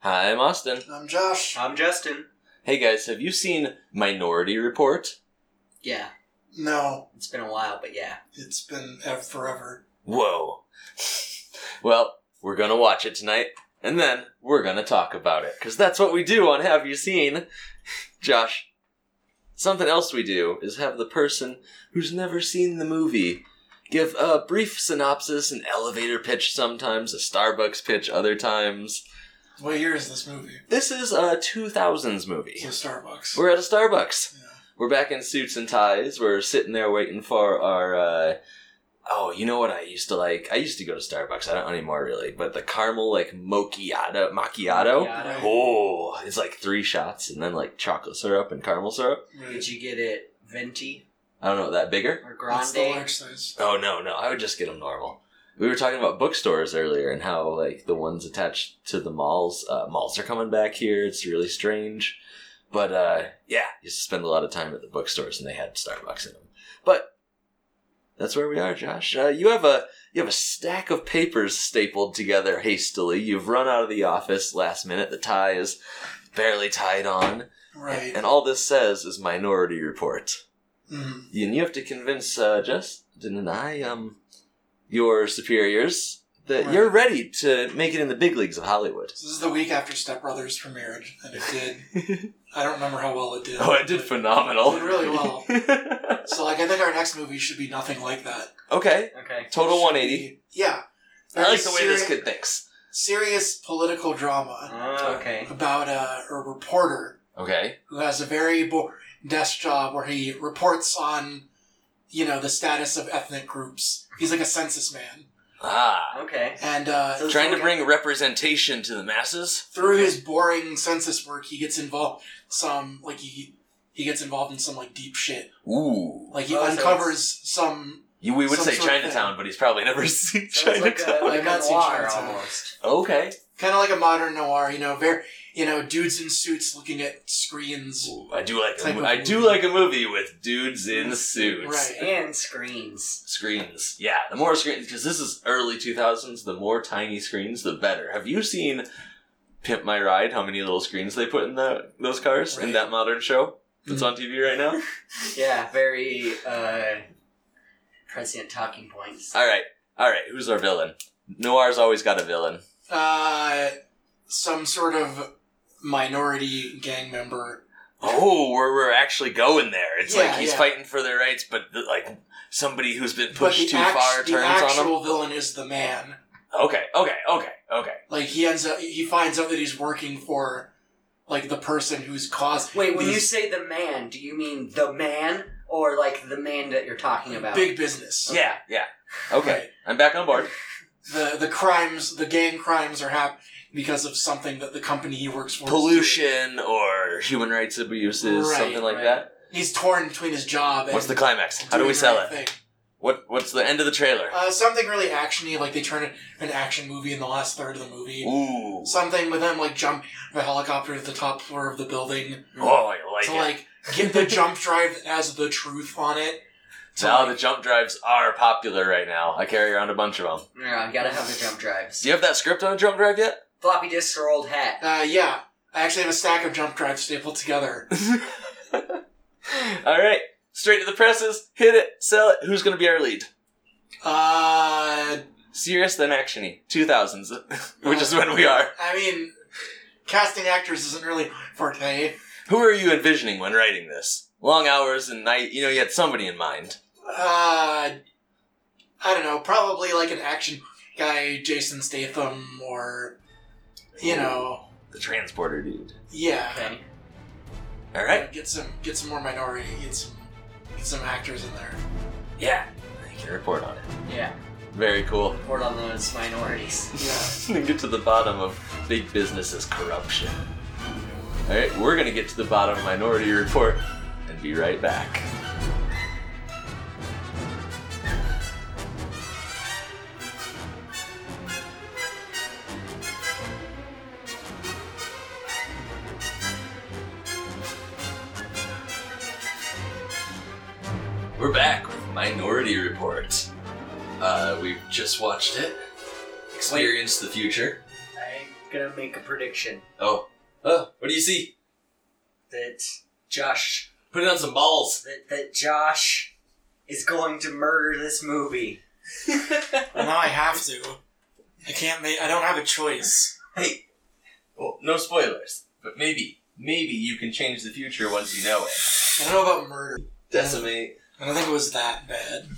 Hi, I'm Austin. I'm Josh. I'm Justin. Hey guys, have you seen Minority Report? Yeah, No, it's been a while, but yeah. it's been ev- forever. Whoa. well, we're gonna watch it tonight, and then we're gonna talk about it, because that's what we do on Have You Seen? Josh, something else we do is have the person who's never seen the movie give a brief synopsis, an elevator pitch sometimes, a Starbucks pitch other times. What year is this movie? This is a 2000s movie. It's a Starbucks. We're at a Starbucks. yeah. We're back in suits and ties. We're sitting there waiting for our. Uh, oh, you know what I used to like? I used to go to Starbucks. I don't anymore really, but the caramel like macchiato, macchiato. Macchiato. Oh, it's like three shots and then like chocolate syrup and caramel syrup. Would Right. you get it venti I don't know that bigger. or What's grande? the large size? Oh no, no, I would just get them normal. We were talking about bookstores earlier and how like the ones attached to the malls, uh, malls are coming back here. It's really strange, but uh, yeah, you spend a lot of time at the bookstores and they had Starbucks in them. But that's where we are, Josh. Uh, you have a you have a stack of papers stapled together hastily. You've run out of the office last minute. The tie is barely tied on, Right. and all this says is Minority Report. Mm. And you have to convince uh, Justin and I, um, your superiors, that Right. you're ready to make it in the big leagues of Hollywood. So this is the week after Step Brothers premiered, and it did. I don't remember how well it did. but- Oh, phenomenal. It did really well. So, like, I think our next movie should be nothing like that. okay, Okay. total Should 180. be- Yeah. I like the way Very this seri- kid thinks. Serious political drama Oh, okay. about uh, a reporter Okay, who has a very boring desk job where he reports on, you know, the status of ethnic groups. He's like a census man, ah, Okay. and uh, So- trying to bring representation to the masses. through his boring census work, he gets involved some like he he gets involved in some like deep shit. Ooh, Like he Oh, so uncovers some. you, we would Some say sort of Chinatown, but he's probably never seen So it's like Chinatown. a, like I've a not seen noir Chinatown. almost. okay, Kind of like a modern noir, you know, very, you know, dudes in suits looking at screens. Ooh, I do like a, Type mo- of I do movie. like a movie with dudes in suits. Right. And screens. screens. Yeah, the more screens because this is early 2000s, the more tiny screens the better. Have you seen Pimp My Ride? How many little screens they put in the, those cars in Right. that modern show that's on TV right now? Yeah, very uh prescient talking points. all right. All right, who's our villain? Noir's always got a villain. Uh, some sort of minority gang member. Oh, we're, we're actually going there. It's like Yeah, he's yeah. fighting for their rights, but like somebody who's been But pushed the too act- far the turns on him. actual villain is the man. Okay, okay, okay, okay. Like he ends up, he finds out that he's working for, like the person who's caused. Wait, when you these say the man, do you mean the man or like the man that you're talking about? big business. Yeah, yeah. Okay, Right. I'm back on board. the the crimes, the gang crimes are happening because of something that the company he works for is pollution or human rights abuses, Right, something like right. that. doing. He's torn between his job. And What's the climax? How do we doing the sell right it? thing. What What's the end of the trailer? Uh, something really actiony, like they turn it an action movie in the last third of the movie. Ooh, Something with them like jump the helicopter to the top floor of the building oh, I like to it. like get the jump drive that has the truth on it. To, now the like- jump drives are popular right now. I carry around a bunch of them. Yeah, gotta have the jump drives. Do you have that script on a jump drive yet? Floppy disk or old hat. uh, yeah, I actually have a stack of jump drives stapled together. All right, straight to the presses. Hit it, sell it. Who's gonna be our lead? Uh, Serious then actiony. Two thousands, which is when we are. I mean, casting actors isn't really forte. Who are you envisioning when writing this? Long hours and night. You know, you had somebody in mind. Uh, I don't know. Probably like an action guy, Jason Statham, or you know, The transporter dude. yeah. Okay. All right. Get some, get some more minority, get some, get some actors in there. Yeah. I can report on it. Yeah. Very cool. Report on those minorities. Yeah. and get to the bottom of big business's corruption. All right, we're going to get to the bottom of Minority Report and be right back. We're back with Minority Report. Uh, we've just watched it, experienced the future. I gonna make a prediction Oh. Oh, what do you see? that Josh Put it on some balls. that, that Josh is going to murder this movie. Well, now I have to. I can't make. I don't have a choice. Hey. Well, no spoilers, but maybe, maybe you can change the future once you know it. I don't know about murder. Decimate. I don't think it was that bad.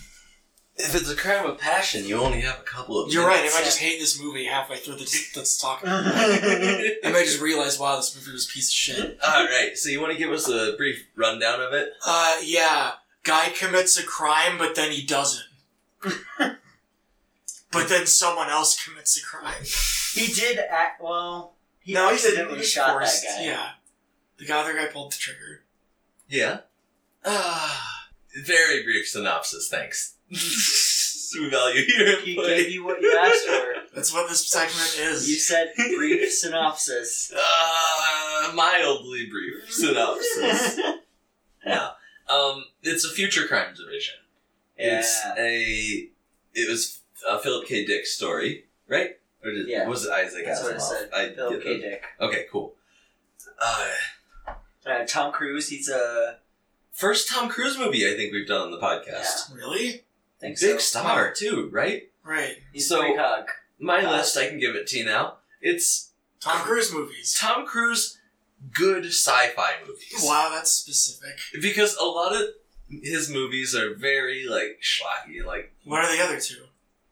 If it's a crime of passion, you only have a couple of. You're right. I minutes. might just hate this movie halfway through this, this talk. Uh-huh. I might just realize, wow, this movie was a piece of shit. All right. So you want to give us a brief rundown of it? Uh, yeah. Guy commits a crime, but then he doesn't. but then someone else commits a crime. He did act well. He No, he didn't. accidentally He was shot forced. that guy. Yeah. The guy, other guy pulled the trigger. Yeah. Ah. Very brief synopsis. Thanks. we value your He input. gave you what you asked for. that's what this segment You is. said brief synopsis. Uh, mildly brief synopsis. no. Um, it's a future crime division. It's Yeah. a. It was a Philip K. Dick story, right? Or did, Yeah. was it Isaac That's what I Asimov? said. I Philip get K. them. Dick. Okay, cool. Uh, Uh, Tom Cruise. He's a first Tom Cruise movie I think we've done on the podcast. Really? I think Big so. star too, right? Right. He's So- a big hug. My Uh, list, I can give it to you now. It's Tom Cruise movies. Tom Cruise good sci-fi movies. Wow, that's specific. Because a lot of his movies are very like schlocky, like What are the other two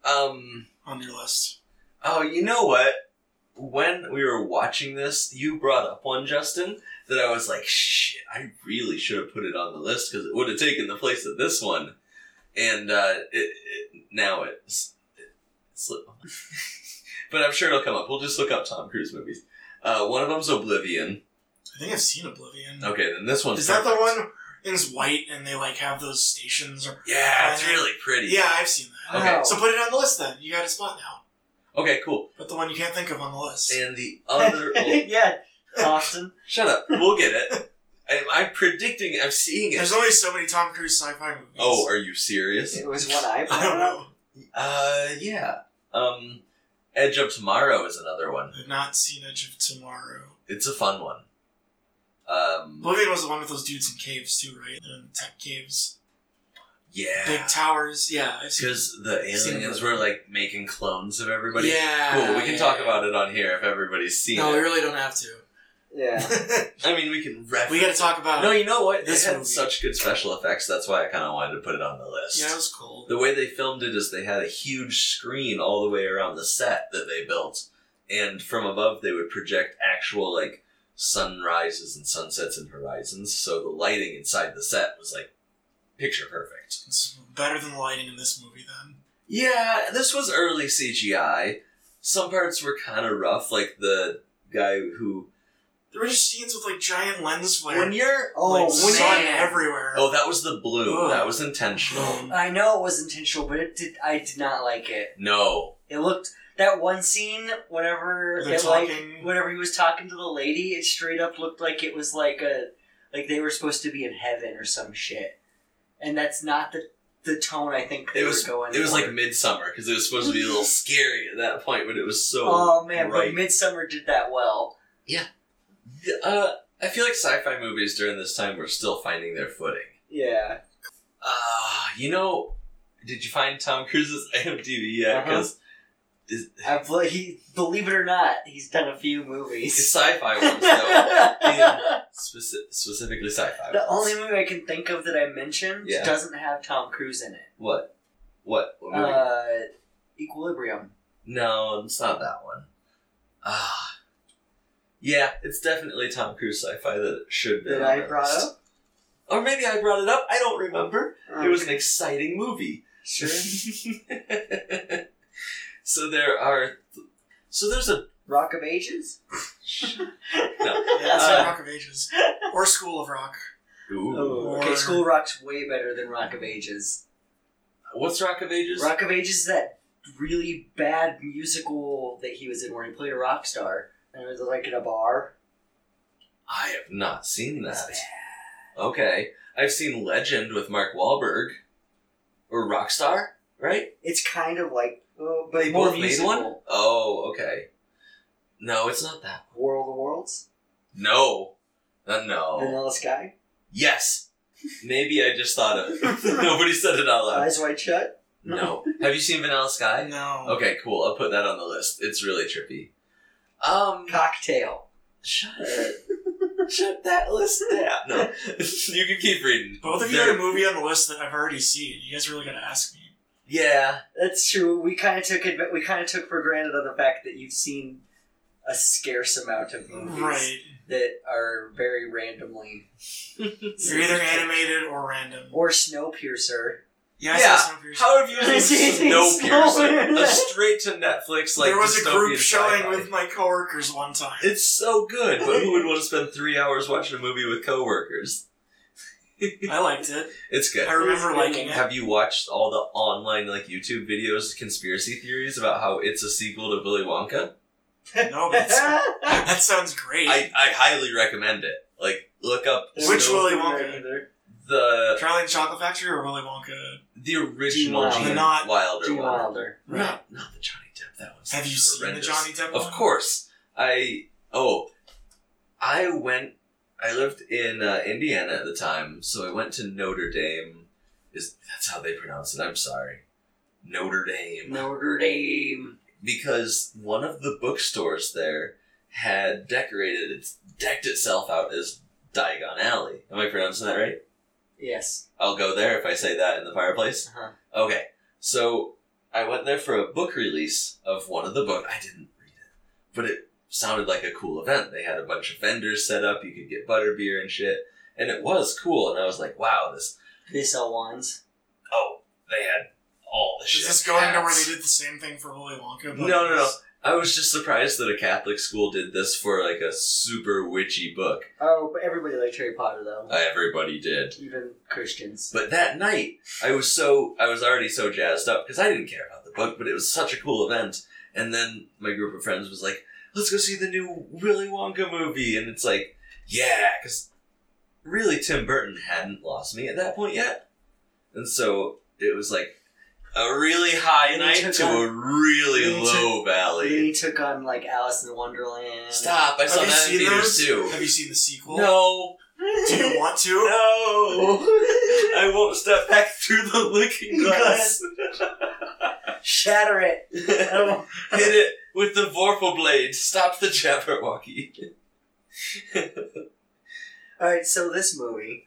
um on your list? oh you know what? When we were watching this, you brought up one Justin that I was like, shit, I really should have put it on the list because it would have taken the place of this one, and uh, it, it, now it's it's but I'm sure it'll come up. We'll just look up Tom Cruise movies. Uh, one of them's Oblivion. I think I've seen Oblivion. Okay, then this one's Is that the perfect. one is white and they like have those stations? Or... Yeah, it's really pretty. Yeah, I've seen that. Okay. Wow. So put it on the list then. You got a spot now. Okay, cool. But the one you can't think of on the list. And the other. oh, yeah, Austin. Shut up. We'll get it. I'm, I'm predicting. I'm seeing it. There's only so many Tom Cruise sci-fi movies. Oh, are you serious? It was one I I brought don't up. know. Uh, yeah. Um, Edge of Tomorrow is another one. I've not seen Edge of Tomorrow. It's a fun one. Um, Oblivion was the one with those dudes in caves too, right? They're in the tech caves, big yeah. towers. Yeah, I've seen. Because the Seen aliens it. were like making clones of everybody. yeah, Cool. We can yeah, talk yeah. about it on here if everybody's seen No, we it. really don't have to. Yeah. I mean, we can reference. we got to talk about. No, you know what? This this had movie. such good special effects. That's why I kind of wanted to put it on the list. yeah, it was cool. The way they filmed it is they had a huge screen all the way around the set that they built, and from above they would project actual like sunrises and sunsets and horizons. So the lighting inside the set was like picture perfect. It's better than the lighting in this movie. Then Yeah, this was early CGI. Some parts were kind of rough, like the guy who there were just scenes with like giant lens flare, when you're Oh, like when- sun man. everywhere. oh that was the bloom Ugh. that was intentional. I know it was intentional, but it did. I did not like it. No, It looked that one scene, whenever They're it like, talking. whenever he was talking to the lady, it straight up looked like it was like a like they were supposed to be in heaven or some shit, and that's not the the tone I think they it was were going. it was for. like midsummer because it was supposed to be a little scary at that point, but it was so oh man, bright. but Midsummer did that well. Uh, I feel like sci-fi movies during this time were still finding their footing. Yeah, Uh, you know, did you find Tom Cruise's IMDb yet? Uh-huh. Because I bel- he believe it or not, he's done a few movies. sci-fi ones, though. the Speci- specifically sci-fi ones. only movie I can think of that I mentioned Yeah. doesn't have Tom Cruise in it. What? What? What movie? Uh, Equilibrium. no, it's not that one. Ah... yeah, it's definitely Tom Cruise sci-fi that should be. that on I our brought list. up. Or maybe I brought it up. I don't remember. It was an Um, exciting movie. sure. so there are. So there's a. Rock of Ages. No. Yeah, that's Uh, not Rock of Ages or School of Rock. Oh, Or- okay, School Rock's way better than Rock of Ages. What's Rock of Ages? Rock of Ages is that really bad musical that he was in where he played a rock star and it was like in a bar. I have not seen that. It's bad. Okay. I've seen Legend with Mark Wahlberg. Or Rockstar, right? It's kind of like, oh, They but more both made musical. one? Oh, okay. No, it's not that. World of Worlds? No. Uh, no. Vanilla Sky? Yes. Maybe I just thought of Nobody said it out loud. Eyes Wide Shut? No. Have you seen Vanilla Sky? No. Okay, cool. I'll put that on the list. It's really trippy. Um, Cocktail. shut shut that list down. No, you can keep reading. Both of you There- had a movie on the list that I've already seen. You guys are really gonna ask me. Yeah, That's true. We kind of took adv- we kind of took for granted on the fact that you've seen a scarce amount of movies Right. that are very randomly They're either animated or random. or Snowpiercer. Yeah, I Yeah, saw Snowpiercer. How have you seen seen Snowpiercer? Snowpiercer? a straight to Netflix like there was a group dystopian showing sci-fi. with my coworkers one time. It's so good, but who would want to spend three hours watching a movie with coworkers? I liked it. It's good. I remember liking it. Have you watched all the online like YouTube videos, conspiracy theories about how it's a sequel to Willy Wonka? No, that's, that sounds great. I, I highly recommend it. Like, look up Which Snow- Willy Wonka? Either. the Charlie and the Chocolate Factory or Willy Wonka? the original Wilder. Gene Not- Wilder Gene one. Wilder. Right. Not not the Johnny Depp. That one's Have you seen the horrendous. Johnny Depp Of one? course. I oh, I went. I lived in uh, Indiana at the time, so I went to Notre Dame. Is that's how they pronounce it? I'm sorry, Notre Dame. Notre Dame. Because one of the bookstores there had decorated it's decked itself out as Diagon Alley. Am I pronouncing that right? Yes. I'll go there if I say that in the fireplace. Uh-huh. Okay, so I went there for a book release of one of the book. I didn't read it, but it sounded like a cool event. They had a bunch of vendors set up. You could get butterbeer and shit, and it was cool. And I was like, wow, this. They sell wands. Oh, they had all the shit. Is this going to where they Hats. did the same thing for Willy Wonka? No, no, no. I was just surprised that a Catholic school did this for like a super witchy book. Uh, Oh, but everybody liked Harry Potter though. Everybody did. Even Christians. But that night, I was so I was already so jazzed up because I didn't care about the book, but it was such a cool event. And then my group of friends was like, "Let's go see the new Willy Wonka movie," and it's like, "Yeah," because really Tim Burton hadn't lost me at that point yet, and so it was like a really high You night took to on- a really you took- low valley. They took on like Alice in Wonderland. Stop! I Have saw you that in seen theaters those? too. Have you seen the sequel? No, Do you want to? no. I won't step back through the looking glass. Shatter it. I Hit don't- it with the Vorpal blade. Stop the Jabberwocky. All right, so this movie,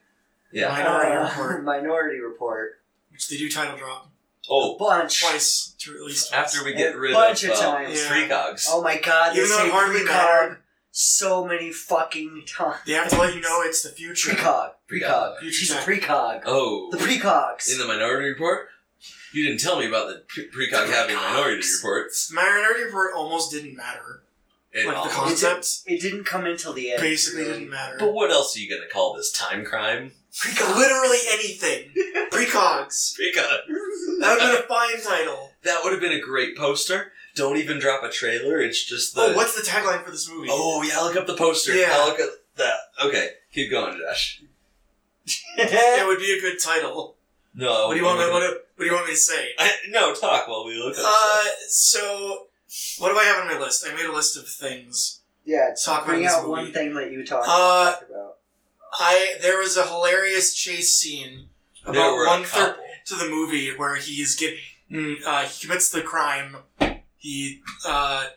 Yeah. Minority uh, Report. Minority Report, Which they do title drop Oh, bunch. twice to release. after we get A rid bunch of of uh, times. Yeah. Freakogs. Oh my God! They Even though say it hardly precog mattered. so many fucking times. They have to let you know it's the future. Precog, Precog. precog. Future She's a tech. precog. Oh, The precogs. in the Minority Report? You didn't tell me about the pre- Precog having Minority Precogs. Reports. Minority Report almost didn't matter. It- like the oh. concept it didn't come until the end. basically really. didn't matter. But what else are you gonna call this? Time crime? Precog. Literally anything. Precogs. Precogs. That would have been a fine title. That would have been a great poster. Don't even drop a trailer. It's just the. Oh, what's the tagline for this movie? Oh, yeah, look up the poster. Yeah. I'll look at that. Okay, keep going, Josh. It would be a good title. No. What do you want me? I'm What, do- what do you want me to say? I- no, talk while we look. Up Uh, stuff. so what do I have on my list? I made a list of things. Yeah, Let's talk about bring this out movie. one thing that you talked Uh, talked about. I there was a hilarious chase scene There about were a one third couple. to the movie where he is getting uh, he commits the crime. He uh,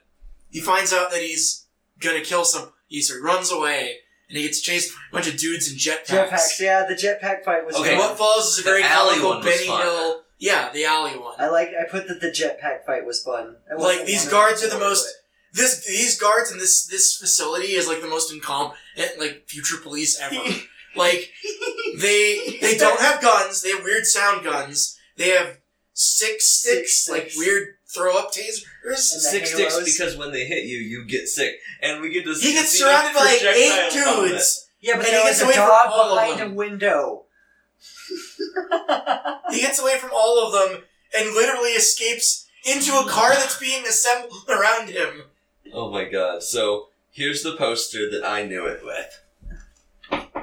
he finds out that he's gonna kill some. He so he runs away and he gets chased by a bunch of dudes in jetpacks. Jetpacks. Yeah, the jetpack fight was. Okay, And fun. what follows is a The very alley comical one was Benny fun. Hill. Yeah, the alley one. I like. I put that the jetpack fight was fun. I Like, wasn't these one of guards are the people, most- this these guards in this this facility is like the most incompetent like future police ever. like they they don't have guns. They have weird sound guns. They have six sticks, Six like sticks. weird throw up tasers. And the Six halos. sticks because when they hit you, you get sick, and we get to He see- gets see surrounded by like eight projectile vomit. dudes. Yeah, but And there he gets was a away from all dog of behind them. a window. He gets away from all of them and literally escapes into a car that's being assembled around him. Oh my god! So here's the poster that I knew it with.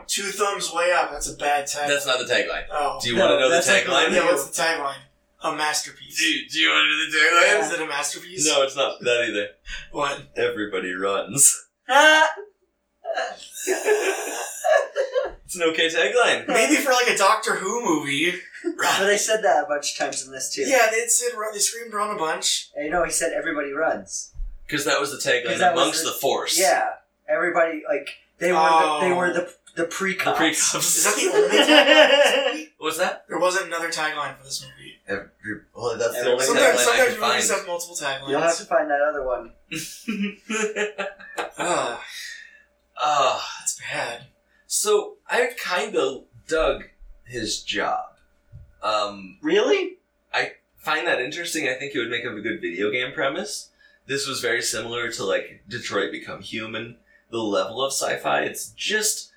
Two thumbs way up. That's a bad tagline. That's not the tagline. Oh. Do you No, want to know the that's not the tagline? one. yeah, what's the tagline? a masterpiece. Dude, do you want to do the Is Daylands? it a masterpiece? No, it's not that either. What? Everybody runs. Ah! It's an okay tagline. Maybe for like a Doctor Who movie. But they said that a bunch of times in this too. Yeah, they said run, they screamed run a bunch. And, you know, he said everybody runs. Because that was the tagline 'Cause that was amongst the- the, force. Yeah, everybody like they were Oh. the, they were the the pre The pre Is that the only tagline? What's that? There wasn't another tagline for this movie. Every, well, that's Every- Only tagline I sometimes sometimes could movies find. have multiple taglines. You'll have to find that other one. Ugh, Ah, that's bad. so I kind of dug his job. Um, Really? find that interesting. I think it would make up a good video game premise. This was very similar to like Detroit Become Human, the level of sci-fi. It's just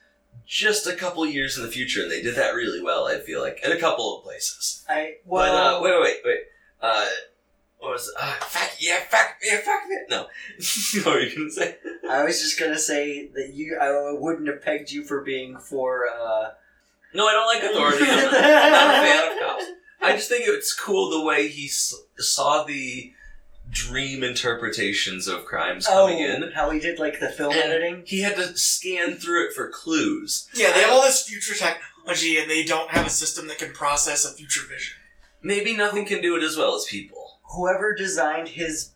just a couple years in the future, and they did that really well. I feel like in a couple of places. I but well, uh, wait, wait, wait. Uh, what was it? Uh, fuck yeah, fuck yeah, fuck yeah. No, what were you gonna say? I was just gonna say that you I wouldn't have pegged you for being for. uh No, I don't like authority. I'm not, I'm not a fan of cops. I just think it's cool the way he s- saw the dream interpretations of crimes Oh, coming in. how he did like the film And- editing. He had to scan through it for clues. Yeah, they have all this future technology and they don't have a system that can process a future vision. Maybe nothing can do it as well as people. Whoever designed his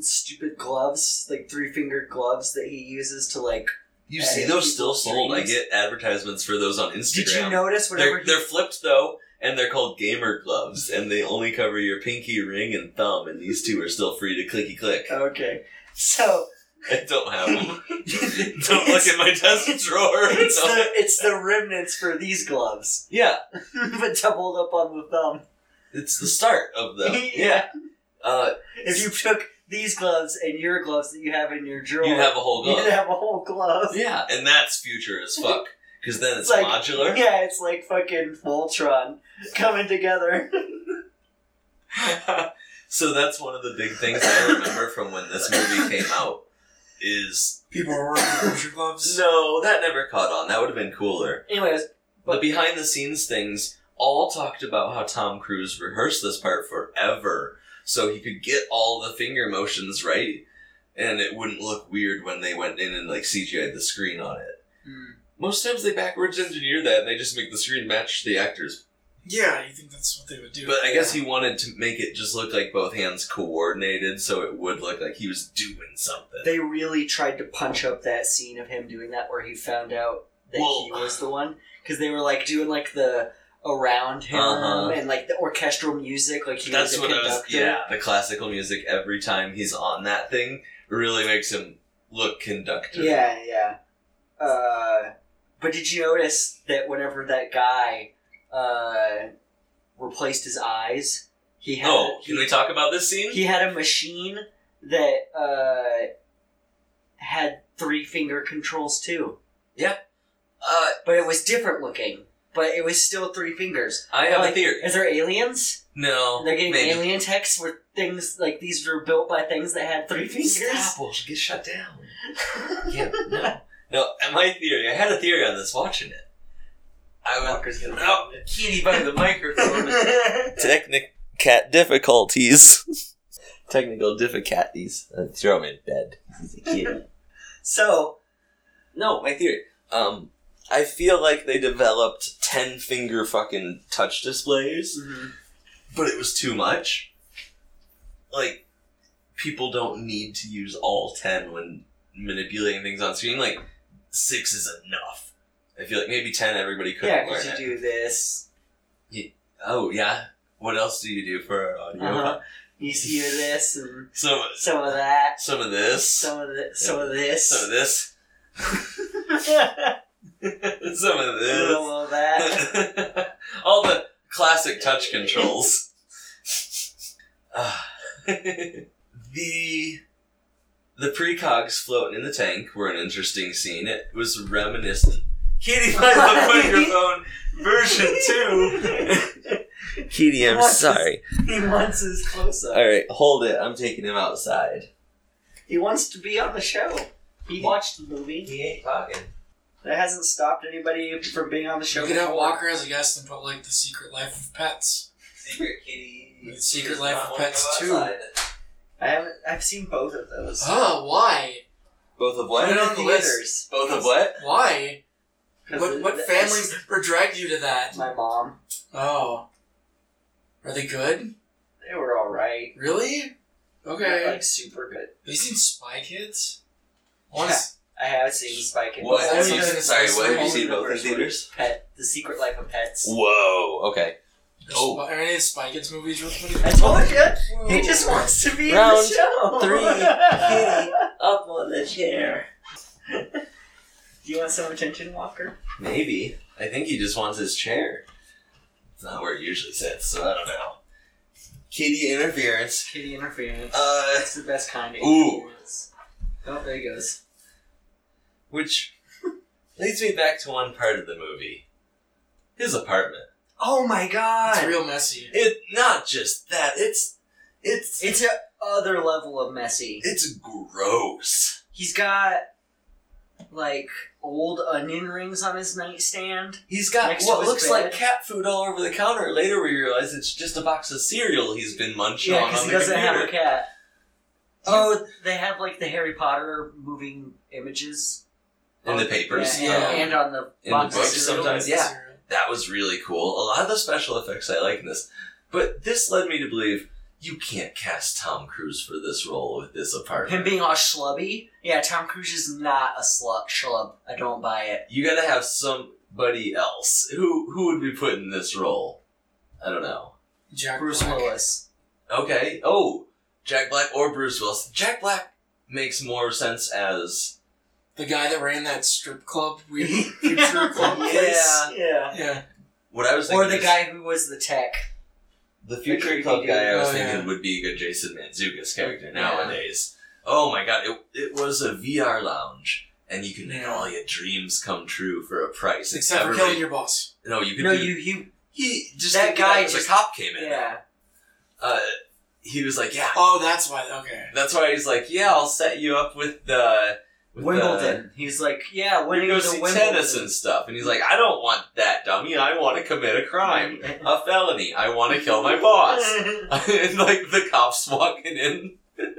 stupid gloves, like three fingered gloves that he uses to like. You Yeah, see yeah, those still people's sold. I dreams. get advertisements for those on Instagram. Did you notice whatever They're, they're flipped though, and they're called gamer gloves, and they only cover your pinky ring and thumb, and these two are still free to clicky click. he? Okay, so I don't have them. don't look in my desk drawer. it's No. the it's the remnants for these gloves, Yeah, but doubled up on the thumb. it's the start of them. Yeah. Uh, If you took these gloves and your gloves that you have in your drawer, you have a whole you'd glove. have a whole glove. Yeah, and that's future as fuck. Because then it's, It's like- modular. Yeah, it's like fucking Voltron coming together. so that's one of the big things I remember from when this movie came out. Is People are wearing future gloves. no, that never caught on. That would have been cooler. Anyways, The behind the scenes things all talked about how Tom Cruise rehearsed this part forever so he could get all the finger motions right and it wouldn't look weird when they went in and like CGI'd the screen on it. Most times they backwards engineer that and they just make the screen match the actors. Yeah, you think that's what they would do. But I guess he wanted to make it just look like both hands coordinated so it would look like he was doing something. they really tried to punch up that scene of him doing that where he found out that Well- he was the one because they were like doing like the around him Uh-huh. and like the orchestral music, like he That's was a what I conductor. was. Yeah, the classical music every time he's on that thing really makes him look conductor. Yeah, yeah. Uh, but did you notice that whenever that guy uh, replaced his eyes, he had Oh, he, can we talk about this scene? he had a machine that uh, had three finger controls too, Uh, but it was different looking. But it was still three fingers. I have Like, a theory. Is there aliens? No, They're getting maybe. alien texts where things like these were built by things that had three fingers. Stop! We'll get shut down. yeah, no, no. and My theory. I had a theory on this. Watching it, I was. Walker's gonna- Oh, kitty by the microphone. Technic cat difficulties. Technical difficulties. Uh, throw him in bed. He's a kitty. So No, my theory. Um, I feel like they developed ten finger fucking touch displays, Mm-hmm. but it was too much. Like, people don't need to use all ten when manipulating things on screen. Like, six is enough. I feel like maybe ten everybody could yeah, not because learn you it. do this, Oh yeah. What else do you do for uh, our audio? Uh-huh. You see this and Some some of that, some of this, some, some of the, some of this, of this, a some of this. little of that. All the classic touch controls. Ah. the the precogs floating in the tank were an interesting scene. It was reminiscent. Kitty by the microphone version two. Kitty, I'm sorry. He wants his close up. right, hold it. I'm taking him outside. He wants to be on the show. He watched the movie. He ain't talking. That hasn't stopped anybody from being on the show. You could have before. Walker as a guest and put like the secret life of pets. Secret kitty. Secret Life of Pets 2. I haven't. I've seen both of those. Oh, why? Both of Put it what? on the list. Theaters. Both of what? Why? 'Cause What the- what the- family were dragged you to that? My mom. Oh, are they good? They were all right. Really? Okay. Not, Have like super good. you seen Spy Kids? Yeah. I have seen Spike and What? That's Have you, not in sorry, the what have you same seen both in universe, theaters? Pet, The Secret Life of Pets. Whoa. Okay. Oh. Oh, are any of the Spy Kids movies real funny? I told you, he just wants to be in Round the show. three, kitty. up on the chair. Do you want some attention, Walker? Maybe. I think he just wants his chair. It's not where it usually sits, so I don't know. Kitty interference. Kitty interference. Uh, That's the best kind of Ooh. interference. Oh, there he goes. which leads me back to one part of the movie. His apartment. Oh my It's god! real messy. It not just that. It's it's It's a other level of messy. it's gross. He's got like old onion rings on his nightstand. He's got Next to what his looks bed. like cat food all over the counter. Later, we realize it's just a box of cereal he's been munching Yeah, on on because he the doesn't computer. have a cat. Oh, they have like the Harry Potter moving images In the papers, yeah, yeah. um, and on the in the box of books cereal. sometimes, yeah. That was really cool. A lot of the special effects I like in this. But this led me to believe you can't cast Tom Cruise for this role with this Him apartment. being all schlubby. Yeah, Tom Cruise is not a slut schlub. I don't buy it. You gotta have somebody else. Who who would be put in this role? I don't know. Jack Bruce Black. Willis. Okay. Oh, Jack Black or Bruce Willis. Jack Black makes more sense as the guy that ran that strip club, weird future club place. yeah, yeah. Yeah, what I was thinking. Or the is- guy who was the tech. the future creepy club dude. guy I was Oh, thinking yeah. would be a good Jason Manzukas character nowadays. Oh my god, it, it was a VR lounge, and you can make Yeah. all your dreams come true for a price. except for Everybody- killing your boss. No, you could No, do. you, you, he just that the guy was just- a cop came in. yeah. Uh, he was like, yeah. Oh, that's why. Okay. That's why he's like, yeah, I'll set you up with the with the- Wimbledon. He's like, yeah, we winning go the see Wimbledon. tennis and stuff. And he's like, I don't want that, dummy. I want to commit a crime, a felony. I want to kill my boss. and like the cops walking in.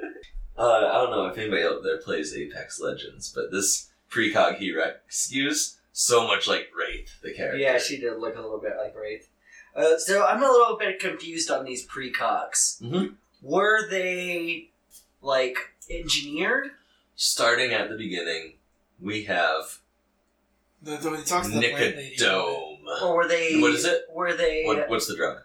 Uh, I don't know if anybody out there plays Apex Legends, but this precog he rescues so much like Wraith, the character. yeah, she did look a little bit like Wraith. Uh, so I'm a little bit confused on these precogs. Mhm. Were they like engineered? Starting at the beginning, we have The, the, he talks to the plant lady. Nicodome. Or were they? What is it? Were they? What, what's the drug?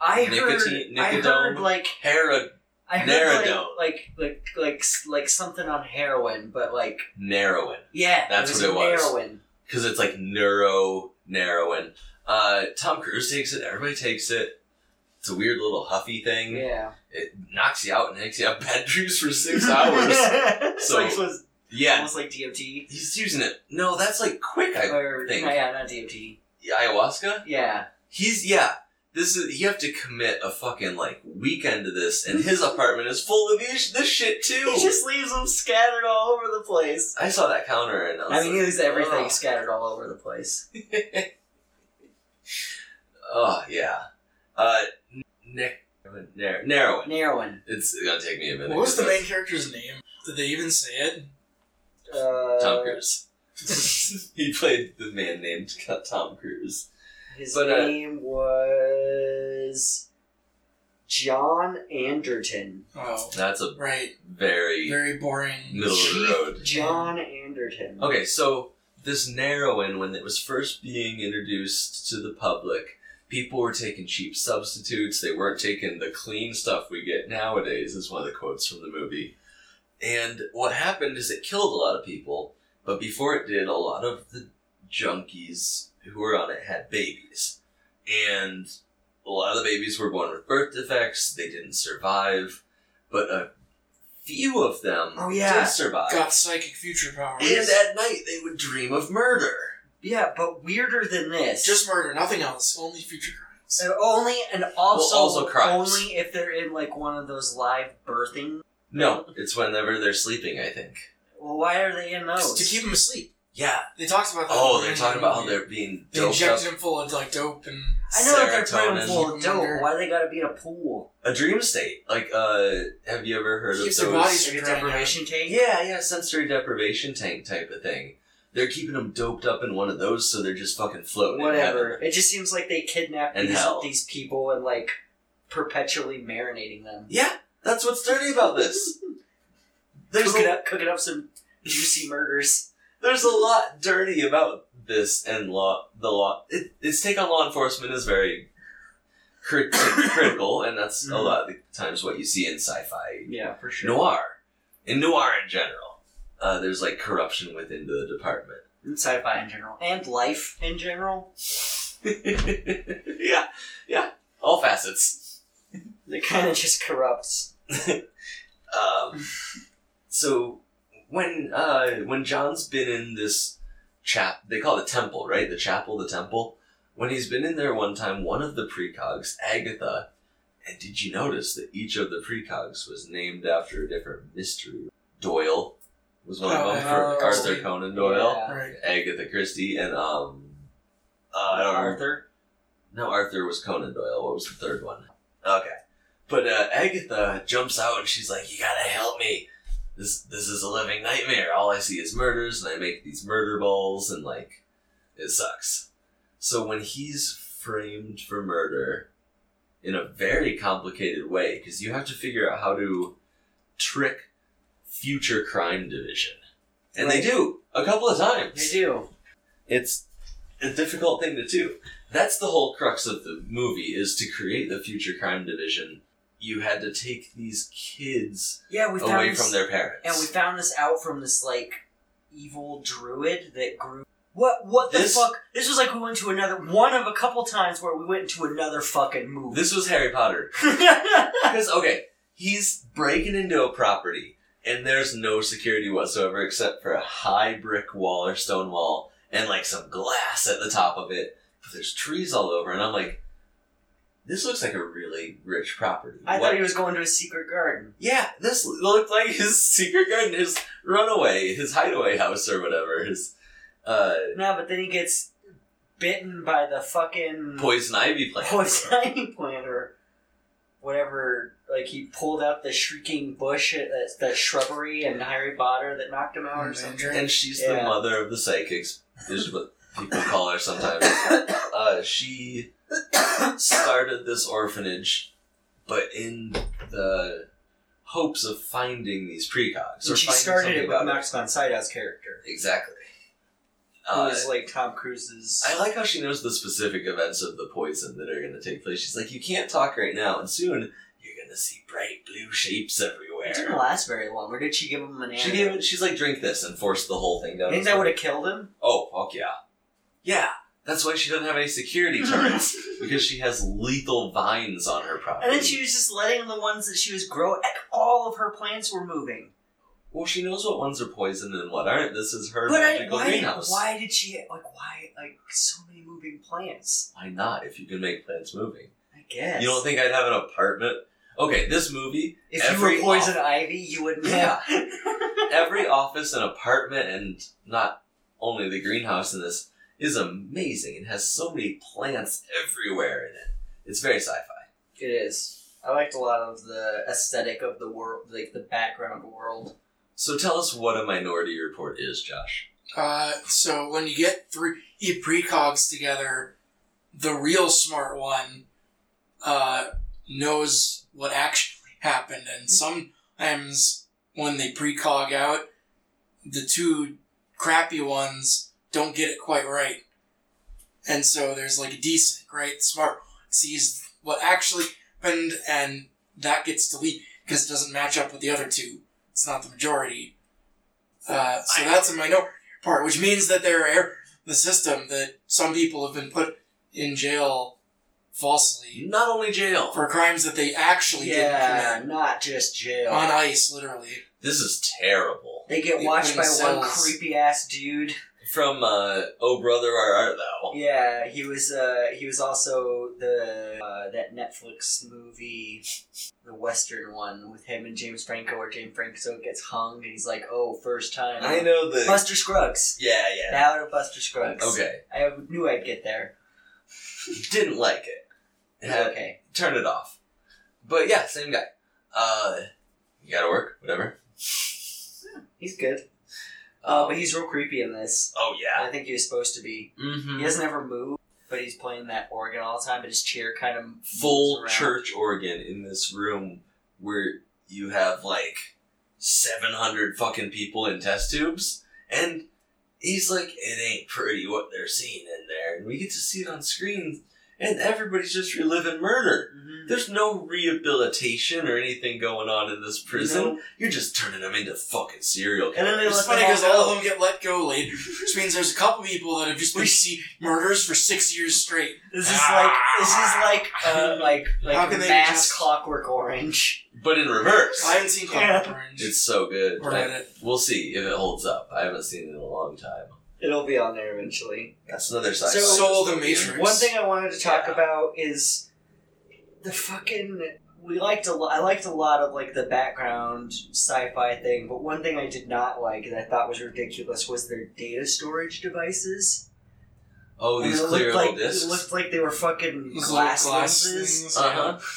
I heard. Nicotine- I heard Nicodome? like Hera I heard like, Naradone. like like like s- like something on heroin, but like Narrowin. yeah, That's it was what it was. Heroin. Because it's like neuro narrowin. Uh, Tom Cruise takes it, everybody takes it. It's a weird little huffy thing. Yeah. It knocks you out and makes you have bad dreams for six hours. so So- it was Yeah, almost like DMT he's using it. No, that's like quick. I or think. no, yeah, not DMT. ayahuasca. Yeah. He's yeah. This is you have to commit a fucking like weekend to this, and his apartment is full of this, this shit too. He just leaves them scattered all over the place. I saw that counter and I was I mean, he like, leaves everything "Ugh." scattered all over the place. oh yeah, uh, ne- nar- narrowing. Heroin. It's gonna take me a minute. What was the 'cause main character's name? Did they even say it? Uh, that's Tom Cruise? he played the man named Tom Cruise. His But, uh, name was John Anderton. Oh, That's a right. very Very boring. middle of the Chief road. John Anderton. Okay, so this narrowin, when it was first being introduced to the public, people were taking cheap substitutes. They weren't taking the clean stuff we get nowadays, is one of the quotes from the movie. And what happened is it killed a lot of people, but before it did, a lot of the junkies who were on it had babies. And a lot of the babies were born with birth defects, they didn't survive, but a few of them Oh, yeah. did survive. Got psychic future powers. And at night, they would dream of murder. Yeah, but weirder than this. Just murder, nothing else. Only future crimes. And only and also, Well, also crimes. only if they're in like one of those live birthing. No, it's whenever they're sleeping, I think. Well, why are they in those? Just to keep them asleep. Yeah. They talked about that. Oh, in they're the talking about how movie. they're being they doped up. injected him full of like dope and I know that they're Serotonin. playing full of dope. Wonder- Why they gotta be in a pool? A dream state. Like, uh, have you ever heard keeps of their those? bodies Like from a drying out. deprivation tank. Yeah, yeah, sensory deprivation tank type of thing. They're keeping them doped up in one of those, so they're just fucking floating. in Whatever. heaven. It just seems like they kidnapped And these, hell. these people and like perpetually marinating them. Yeah, that's what's dirty about this. There's Cooking a, up, cooking up some juicy murders. there's a lot dirty about this and law. The law. It, its take on law enforcement is very crit- critical, and that's a Mhm. lot of the times what you see in sci-fi Yeah, for sure. noir, in noir in general. Uh, there's like corruption within the department. And sci-fi in general, and life in general. yeah, yeah, all facets. It kind of just corrupts. Um, so when uh, when John's been in this chap, they call it temple, right? The chapel, the temple. When he's been in there one time, one of the precogs, Agatha, and did you notice that each of the precogs was named after a different mystery? Doyle was one of them Oh, for Arthur Christie. Conan Doyle, Yeah. right. Agatha Christie, and um, uh, I don't remember. Arthur. No, Arthur was Conan Doyle. What was the third one? Okay. But uh, Agatha jumps out and she's like, "You gotta help me. This this is a living nightmare. All I see is murders, and I make these murder balls, and like, it sucks." So when he's framed for murder, in a very complicated way, because you have to figure out how to trick future crime division, and they do a couple of times They do. it's a difficult thing to do. That's the whole crux of the movie is to create the future crime division. You had to take these kids Yeah, we found away this, from their parents. and we found this out from this like evil druid that grew. What? What the This- fuck? This was like we went to another one of a couple times where we went into another fucking movie. this was Harry Potter. Because okay, he's breaking into a property and there's no security whatsoever except for a high brick wall or stone wall and like some glass at the top of it. But there's trees all over and I'm like, this looks like a really rich property. I What- thought he was going to a secret garden. Yeah, this looked like his secret garden, his runaway, his hideaway house or whatever. His uh, No, but then he gets bitten by the fucking poison ivy plant. poison ivy plant or whatever. Like he pulled out the shrieking bush, at the, the shrubbery, and Harry Potter that knocked him Mm-hmm. out or something. And she's the Yeah. mother of the psychics, is what people call her sometimes. Uh, she started this orphanage, but in the hopes of finding these precogs. Or And she finding started something it about with Max von Sydow's character, Exactly. who Uh, was like Tom Cruise's. I like how she knows the specific events of the poison that are going to take place. She's like, you can't talk right now, and soon you're going to see bright blue shapes it didn't everywhere. last very long. Or did she give him an? She gave it. She's like, drink this, and forced the whole thing I down. think his that throat. would have killed him. Oh fuck yeah, yeah. That's why she doesn't have any security turrets because she has lethal vines on her property. And then she was just letting the ones that she was growing. All of her plants were moving. well, she knows what ones are poison and what aren't. This is her But I, magical why, did, greenhouse. why did she like why like so many moving plants? Why not? If you can make plants moving, I guess you don't think I'd have an apartment? Okay, this movie. if every you were poison ivy, you wouldn't. Yeah. have- every office and apartment and not only the greenhouse in this is amazing and has so many plants everywhere in it. It's very sci-fi. it is. I liked a lot of the aesthetic of the world, like the background world. So tell us what a minority report is, Josh. Uh, so when you get three you precogs together, the real smart one uh, knows what actually happened, and sometimes when they precog out, the two crappy ones don't get it quite right, and so there's like a decent, right, smart one sees what actually happened, and that gets deleted because it doesn't match up with the other two. It's not the majority. Uh, so that's a minority part, which means that there are errors in the system that some people have been put in jail falsely Not only jail. for crimes that they actually didn't yeah, commit not just jail. on ice, literally. This is terrible. They get Yeah, watched by one themselves. creepy ass dude. From uh, Oh Brother Where Art Thou? Yeah, he was. Uh, he was also the uh, that Netflix movie, the Western one with him and James Franco, where James Franco gets hung and he's like, "Oh, first time." I know the. Buster Scruggs. yeah, yeah. Now to Buster Scruggs. Okay. I knew I'd get there. Didn't like it. It had- Okay. Turn it off. But yeah, same guy. Uh, you gotta work, whatever. He's good. Uh, but he's real creepy in this. Oh yeah. I think he was supposed to be. He Mm-hmm. doesn't ever move, but he's playing that organ all the time, but his chair kind of moves Full around. church organ in this room where you have like seven hundred fucking people in test tubes, and he's like, "It ain't pretty what they're seeing in there," and we get to see it on screen, and everybody's just reliving murder. Mhm. There's no rehabilitation or anything going on in this prison. No. You're just turning them into fucking serial And killers. then they It's let funny them all because all go. of them get let go later, which means there's a couple people that have just been see murders for six years straight. This is like this is like uh, like like How can they mass just- Clockwork Orange. but in reverse. I haven't seen Clockwork Orange. It's so good. Or I- Reddit. we'll see if it holds up. I haven't seen it in a long time. It'll be on there eventually. That's another side. So- Soul the Matrix. One thing I wanted to talk Yeah. about is the fucking. We liked a. lo- I liked a lot of like the background sci-fi thing, but one thing I did not like and I thought was ridiculous was their data storage devices. Oh, And these it clear looked little like, discs. It looked like they were fucking Those glass, little glass lenses. things, uh Uh-huh. huh.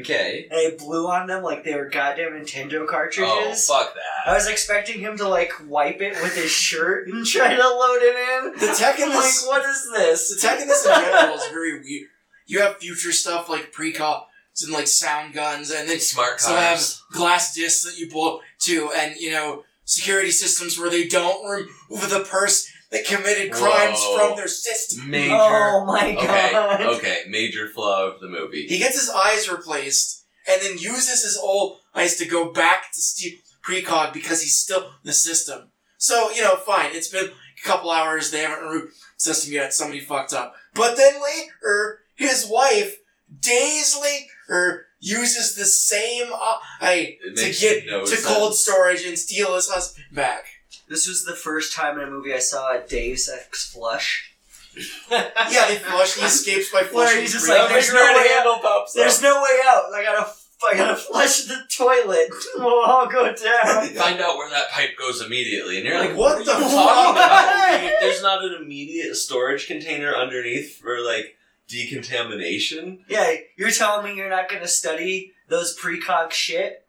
Okay. And it blew on them like they were goddamn Nintendo Oh, cartridges. fuck I that. was expecting him to like wipe it with his shirt and try to load it in. The tech in I'm like, this- what is The this? tech in this in general is very weird. You have future stuff like precogs and like sound guns, and then Smart so have cars. glass discs that you blow up to, and you know security systems where they don't remove the person that committed crimes Whoa. from their system. Major. Oh my god! okay. Okay. Major flaw of the movie. He gets his eyes replaced, and then uses his old eyes to go back to steal precog because he's still in the system. So you know, fine. It's been a couple hours. They haven't removed the system yet. Somebody fucked up. But then later, his wife, days later, uses the same eye It to makes get no to sense. cold storage and steal his husband back. This was the first time in a movie I saw a Deus Ex flush. Yeah, they flush. He escapes by Where flushing. he's just the like, breather. there's no way out. pops There's no way out. I gotta, I gotta flush the toilet. We'll all go down. Find out where that pipe goes immediately, and you're like, like, what the What? fuck? There's not an immediate storage container underneath for like decontamination. Yeah, you're telling me you're not gonna study those precog shit?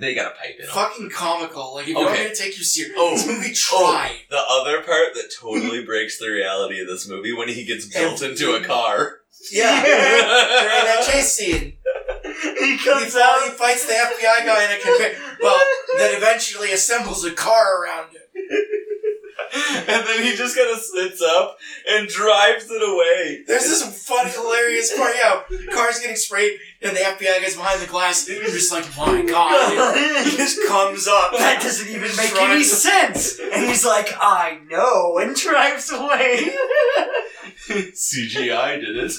They got a pipe in. 'em. Fucking comical. Like, if you want Okay. me to take you serious, Oh. this movie try. The other part that totally breaks the reality of this movie when he gets built into a car. Yeah. During Oh. that chase scene, he uh, he, comes fi- he out. fights the FBI guy in a convict. Well, that eventually assembles a car around it. and then he just kind of sits up and drives it away. There's this funny, hilarious part. Yeah, car's getting sprayed, and the FBI guy's behind the glass. And you're just like, my god. He that just comes up. doesn't even make Tries any to- sense. And he's like, I know, and drives away. CGI did it.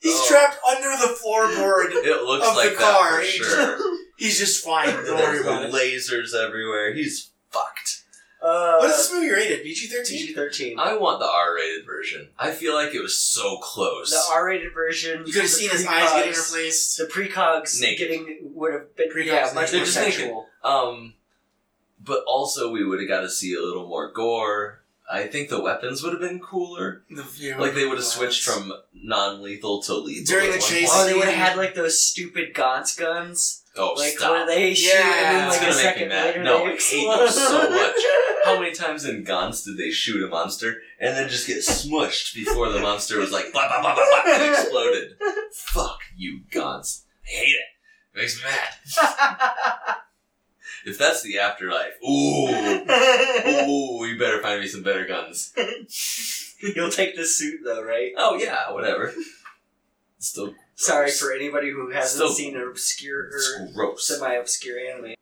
He's Oh. trapped under the floorboard. It looks Of the like that car. for sure. He's just fine. Don't worry There's about it. lasers everywhere. He's fucked. uh, What is this movie rated? PG thirteen. PG-13. I want the R-rated version. I feel like it was so close. The R-rated version. You could have the seen his eyes getting precogs- replaced. The precogs Naked. getting would have been Precogs yeah, naked. much more They're just naked. sexual. Um, but also we would have got to see a little more gore. I think the weapons would have been cooler. The view. Like they would have switched from non-lethal to lethal During at the one chase- point. Oh, they would have had like those stupid Gaunt's guns. Oh, like stop! where they shoot Yeah. and It's then like a gonna make me second mad. later No, they I hate you explode. so much. How many times in Gans did they shoot a monster and then just get smushed before the monster was like blah blah blah blah blah and exploded? Fuck you, Gans. I hate it. It makes me mad. If that's the afterlife, ooh, ooh, you better find me some better guns. You'll take the suit though, right? Oh yeah, whatever. Still Sorry for anybody who hasn't Still- seen an obscure or it's gross. semi-obscure anime.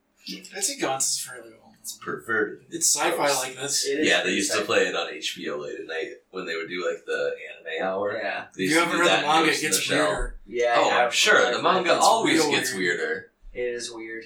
I'd say Gaunt's is fairly well. known. Perverted. It's sci-fi like this. It is Yeah, they used to play pretty it on HBO late at night when they would do like the anime hour. sci-fi. Yeah, They If used you to haven't do read that the in manga, Ghost it in the gets Shell. weirder. yeah. I Oh, I'm have- sure. I've The read manga that. always real gets weird. weirder. It is weird.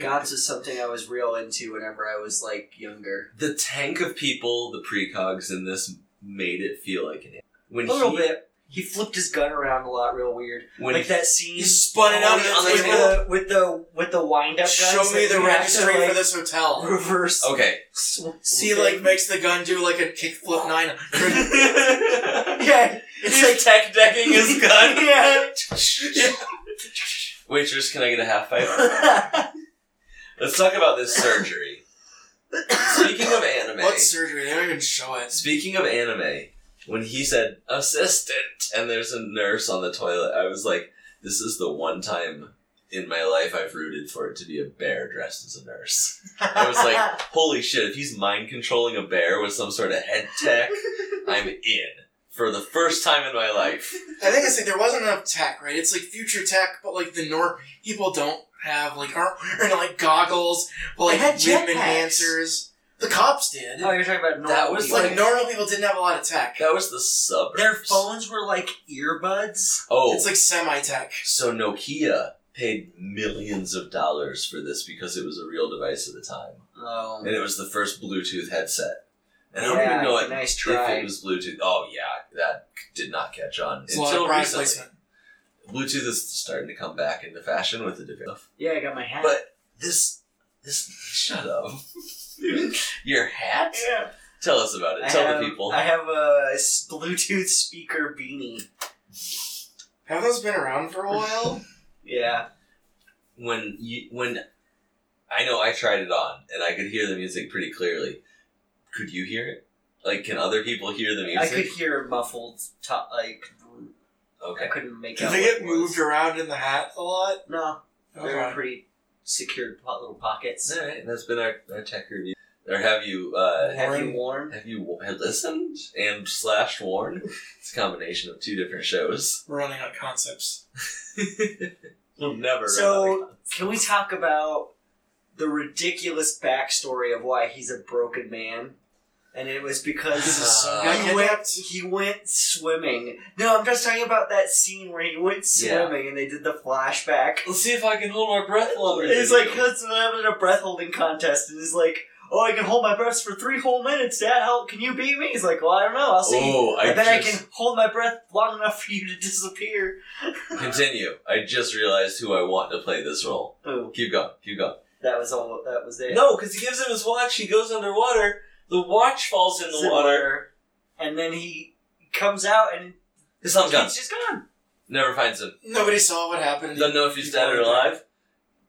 Gods is something I was real into whenever I was like younger. The tank of people, the precogs in this, made it feel like an. When A little he, bit. He flipped his gun around a lot, real weird. When like he- that scene He spun it out on of the the with table. the with the with the wind up. Show me the registry for this hotel. Reverse. Okay. sw- See, like makes the gun do like a kickflip nine. yeah, It's like tech decking his gun. yeah. Waitress, can I get a half pipe? Let's talk about this surgery. Speaking of anime, What surgery? They don't even show it. speaking of anime, when he said assistant and there's a nurse on the toilet, I was like, this is the one time in my life I've rooted for it to be a bear dressed as a nurse. I was like, holy shit, if he's mind controlling a bear with some sort of head tech, I'm in. For the first time in my life. I think it's like there wasn't enough tech, right? It's like future tech, but like the North people don't have like aren't wearing like goggles, but like They had limb jetpacks. enhancers. The cops did. oh, you're talking about normal. That was It's people. like normal people didn't have a lot of tech. That was the suburbs. their phones were like earbuds. Oh, It's like semi tech. So Nokia paid millions of dollars for this because it was a real device at the time, Oh, and it was the first Bluetooth headset. And I don't yeah, even know it, nice if try. it was Bluetooth. Oh yeah, that did not catch on It's a lot of until product recently. placement. Bluetooth is starting to come back into fashion with the different stuff. yeah, I got my hat. But this, this, shut up. Your hat? yeah. Tell us about it. I Tell have, the people. I have a s- Bluetooth speaker beanie. Have those been around for a while? Yeah. when you when I know I tried it on and I could hear the music pretty clearly. Could you hear it? Like, can other people hear the music? I could hear muffled, top, like, I Okay. couldn't make Did out. they what get it was. moved around in the hat a lot? No, they were Okay. pretty secured po- little pockets. All right. That's been our, our tech review. Or have you uh, Have Warren- you worn? have you wa- have listened and slash worn? It's a combination of two different shows. We're running out of concepts. We'll never. So- Can we talk about the ridiculous backstory of why he's a broken man? And it was This because is so Uh, good. he went he went swimming. No, I'm just talking about that scene where he went Yeah. swimming and they did the flashback. let's see if I can hold my breath longer. It's like that's what happened in a breath holding contest, and he's like, "Oh, I can hold my breath for three whole minutes. Dad, how can you beat me?" He's like, "Well, I don't know. I'll see." oh, I, I bet I just- can hold my breath long enough for you to disappear. continue. I just realized who I want to play this role. Oh, Keep going. Keep going. that was all. That was it. No, because he gives him his watch. He goes underwater. The watch falls in It's the water. and then he comes out and His son's gone. he's just gone. Never finds him. Nobody saw what happened. Doesn't know if he's dead or alive.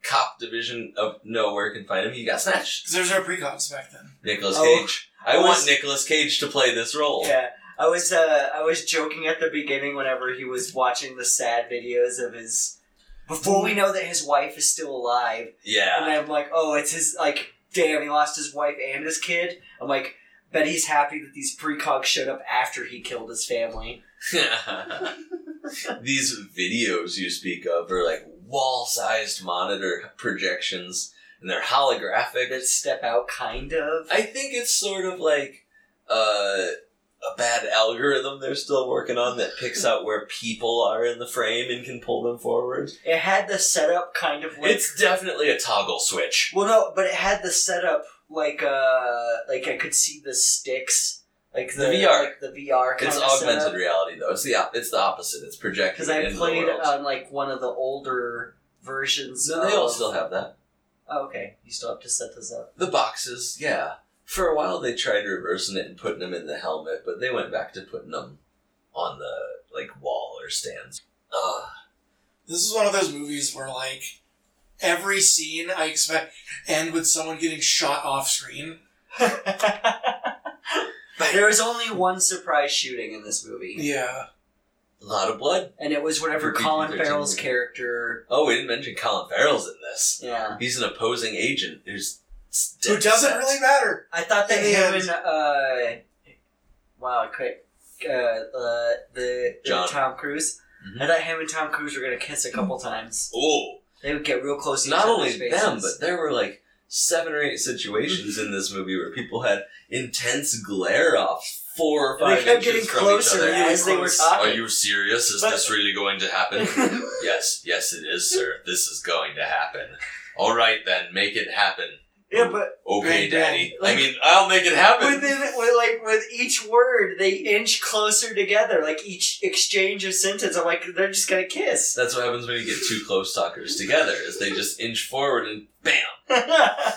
Cop division of nowhere can find him. He got snatched. Because there's no precogs back then. Nicolas Oh, Cage. I I want was- Nicolas Cage to play this role. Yeah, I was uh, I was joking at the beginning whenever he was watching the sad videos of his. Before we know that his wife is still alive, and Yeah. I'm like, oh, it's his like, damn, he lost his wife and his kid. I'm like, bet he's happy that these precogs showed up after he killed his family. These videos you speak of are like wall-sized monitor projections, and they're holographic. That step out, kind of. I think it's sort of like uh, a bad algorithm they're still working on that picks out where people are in the frame and can pull them forward. It had the setup, kind of like. It's definitely a toggle switch. Well, no, but it had the setup like uh like I could see the sticks like the, The VR. like the VR kind It's of augmented reality though. It's the op- it's the opposite. It's projected because I into played the uh, world. on like one of the older versions. no, they of- all still have that. Oh, okay, you still have to set those up. The boxes, yeah. For a while they tried reversing it and putting them in the helmet, but they went back to putting them on the like wall or stands. Uh, This is one of those movies where, like, every scene I expect end with someone getting shot off screen. There was only one surprise shooting in this movie, Yeah. a lot of blood. and it was whenever For PG-13 Colin Farrell's movie. character. Oh, we didn't mention Colin Farrell's in this. Yeah, He's an opposing agent who's Who doesn't really matter. I thought that In the him end- and uh, wow, I could uh, uh the, the John. Tom Cruise. Mhm. I thought him and Tom Cruise were gonna kiss a couple times. Oh, They would get real close. To not each only other's faces. them, but there were like seven or eight situations in this movie where people had intense glare offs four or They five kept inches getting from closer each other. as they were Are talking. you serious? Is But- this really going to happen? yes, yes, it is, sir. This is going to happen. All right, then, make it happen. yeah, but Okay, Bang, bang. Daddy. I Like- mean, I'll make it happen. within with like with each word, they inch closer together. Like each exchange of sentence, I'm like they're just gonna kiss. That's what happens when you get two close talkers together, is they just inch forward and bam, A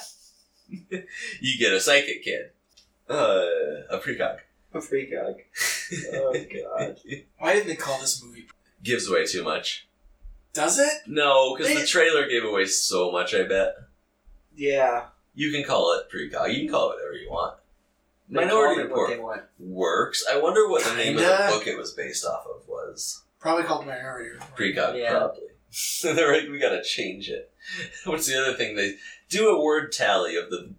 you get a psychic kid. Uh, a precog. freak out. Oh god. Why didn't they call this movie? Gives away too much. Does it? No, because the They- trailer gave away so much, I bet. Yeah. You can call it precog. You can call it whatever you want. They call Minority it what Report they want. works. I wonder what the name of the Kinda. book it was based off of was. Probably called Minority Report. Precog, Yeah. probably. They're like, we gotta change it. What's the other thing? They do a word tally of the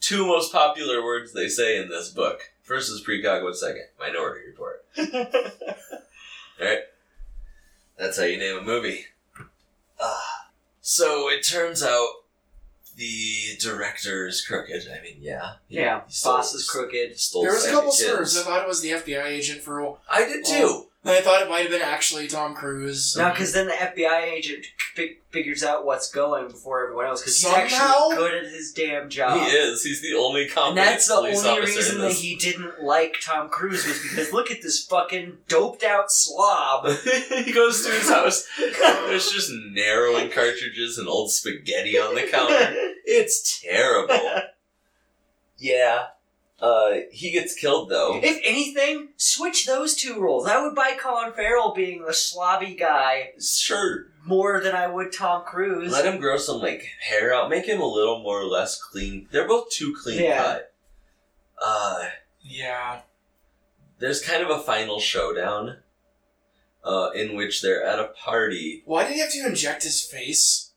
two most popular words they say in this book. First is precog, one second. Minority Report. Alright? That's how you name a movie. Ah. so it turns out the director is crooked. I mean, yeah. He- Yeah. he stole- Boss is crooked. stole There was a psychic couple kids. swerves. I thought it was the FBI agent for a while. I Oh, did too. I thought it might have been actually Tom Cruise. No, because then the FBI agent fi- figures out what's going before everyone else. Because he's Somehow- actually good at his damn job. He is. He's the only And competent that's the police only officer reason in that this. he didn't like Tom Cruise was because look at this fucking doped out slob. he goes to his house. There's just narrowing cartridges and old spaghetti on the counter. It's terrible. Yeah. Uh, he gets killed though. If anything, switch those two roles. I would buy Colin Farrell being the slobby guy Sure. more than I would Tom Cruise. Let him grow some like hair out. Make him a little more or less clean. They're both too clean Yeah. cut. Uh, Yeah. there's kind of a final showdown. Uh, in which they're at a party Why did he have to inject his face?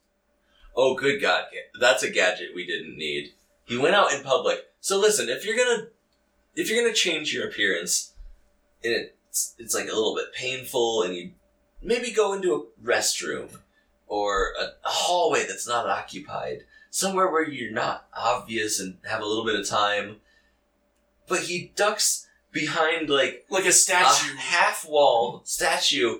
Oh, good God. That's a gadget we didn't need. He went out in public. So listen, if you're gonna, if you're gonna change your appearance, and it's it's like a little bit painful, and you maybe go into a restroom or a hallway that's not occupied, somewhere where you're not obvious and have a little bit of time. But he ducks behind like Like a a statue. half wall statue,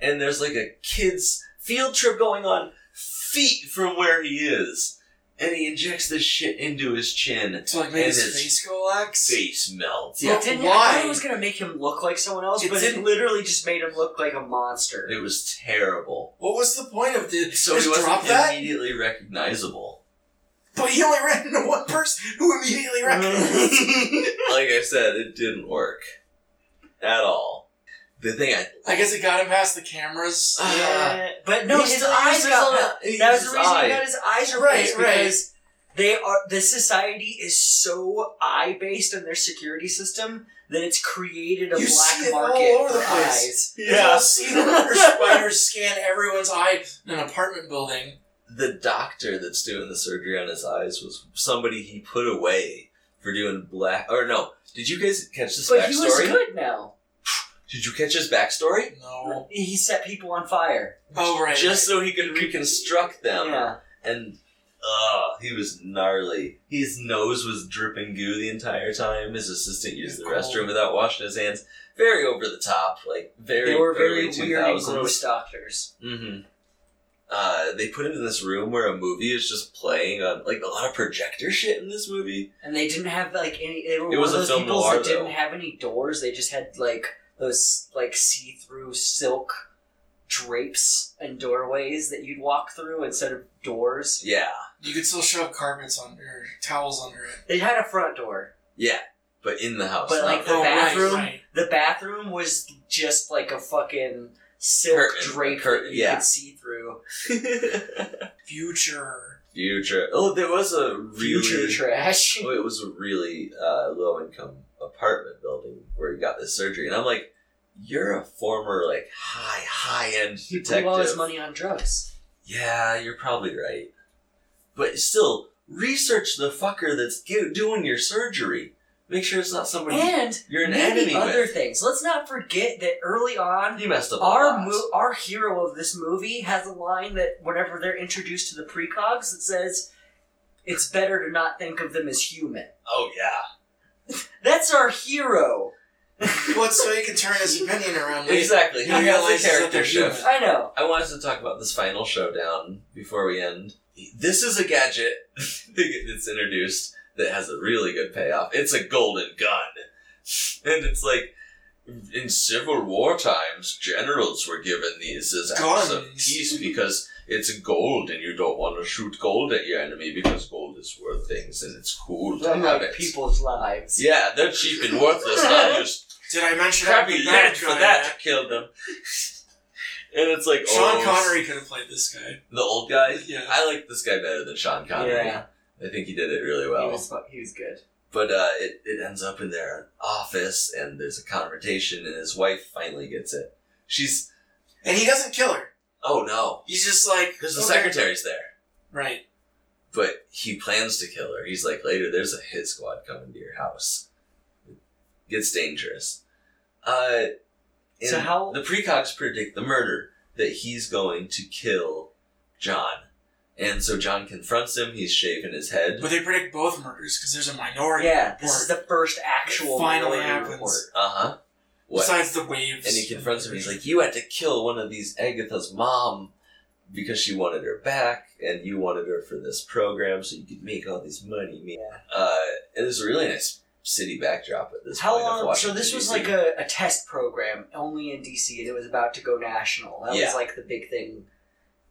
and there's like a kid's field trip going on feet from where he is. And he injects this shit into his chin. to like make and his, face go lax. face melts. Yeah, But didn't, I why? thought it was gonna make him look like someone else, It but it didn't- literally just made him look like a monster. It was terrible. What was the point of this? So he just wasn't drop that? immediately recognizable. But he only ran into one person who immediately recognized him. Like I said, it didn't work. At all. The thing I I guess it got him past the cameras. Ah. Yeah, but no, He his still eyes uses got. all that- he That was uses the reason eye. he got his Right, eyes replaced right. because they are. This society is so eye based in their security system that it's created a You see black it all market over the for place. eyes. Yeah. See the murder spiders scan everyone's eye in an apartment building. the doctor that's doing the surgery on his eyes was somebody he put away for doing black. Or no, did you guys catch this But he was backstory? good now. Did you catch his backstory? No. He set people on fire. Oh right. Just so he could reconstruct them, Yeah, and uh, he was gnarly. His nose was dripping goo the entire time. His assistant used the Cool. restroom without washing his hands. Very over the top, like very. they were very early weird and 2000s. gross doctors. Mm-hmm. Uh, they put him in this room where a movie is just playing on like a lot of projector shit in this movie. And they didn't have like any. They were It was one a of those film people noir, that didn't though. have any doors. They just had like those like see-through silk drapes and doorways that you'd walk through instead of doors. Yeah, you could still shove carpets under or towels under it. They had a front door. yeah, but in the house, But, not like, the the oh, bathroom- Right, right. The bathroom was just like a fucking silk Curtain. drape Curtain, that you yeah. could see through. Future. future. Oh, there was a really Future trash. oh, it was a really uh, low income apartment building where he got this surgery, and I'm like, you're a former like high high end He blew all his detective. money on drugs. Yeah, you're probably right, but still, research the fucker that's g- doing your surgery. Make sure it's not somebody And you're an many enemy other with. things. Let's not forget that early on He messed up. a Our lot. mo- our hero of this movie has a line that whenever they're introduced to the precogs, it says, "It's better to not think of them as human." oh yeah, That's our hero. But so he can turn his opinion around. later. Exactly. He He has realizes a that character they're shift. human. I know. I want us to talk about this final showdown before we end. This is a gadget that's introduced that has a really good payoff. It's a golden gun. And it's like, in Civil War times, generals were given these as acts of Guns. peace because it's gold and you don't want to shoot gold at your enemy because gold is worth things and it's cool to have Unlike it. people's lives. Yeah, they're cheap and worthless. I'll use Did I mention I crappy would be lead bad for guy? that to kill them. And it's like Sean oh, Connery could have played this guy. the old guy. Yeah. I like this guy better than Sean Connery. Yeah. I think he did it really He well. was, fu- he was good. But uh, it, it ends up in their office, and there's a confrontation, and his wife finally gets it. She's And he doesn't kill her. oh no, He's just like because the okay. secretary's there, Right. but he plans to kill her. He's like later, there's a hit squad coming to your house. It gets dangerous. Uh, So and how- the precogs predict the murder that he's going to kill John, and so John confronts him. He's shaving his head. But they predict both murders because there's a minority. Yeah, this report. is the first actual Finally minority happens. report. Uh huh. What? Besides the waves. And he confronts him. He's like, "You had to kill one of these Agatha's mom because she wanted her back, and you wanted her for this program so you could make all this money." Yeah. Uh, and it's a really nice city backdrop at this How point. Of long? So Washington, this was DC. like a, a test program only in DC, and it was about to go national. That Yeah. was like the big thing.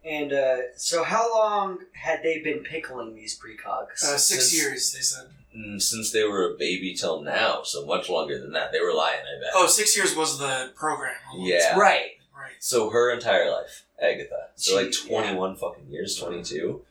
And uh, so, how long had they been pickling these precogs? Uh, six Since- years, they said. Mm, since they were a baby till now, so much longer than that. They were lying, I bet. Oh, six years was the program. yeah. Right. Right. So her entire life, Agatha. So like She- twenty one fucking years, twenty two.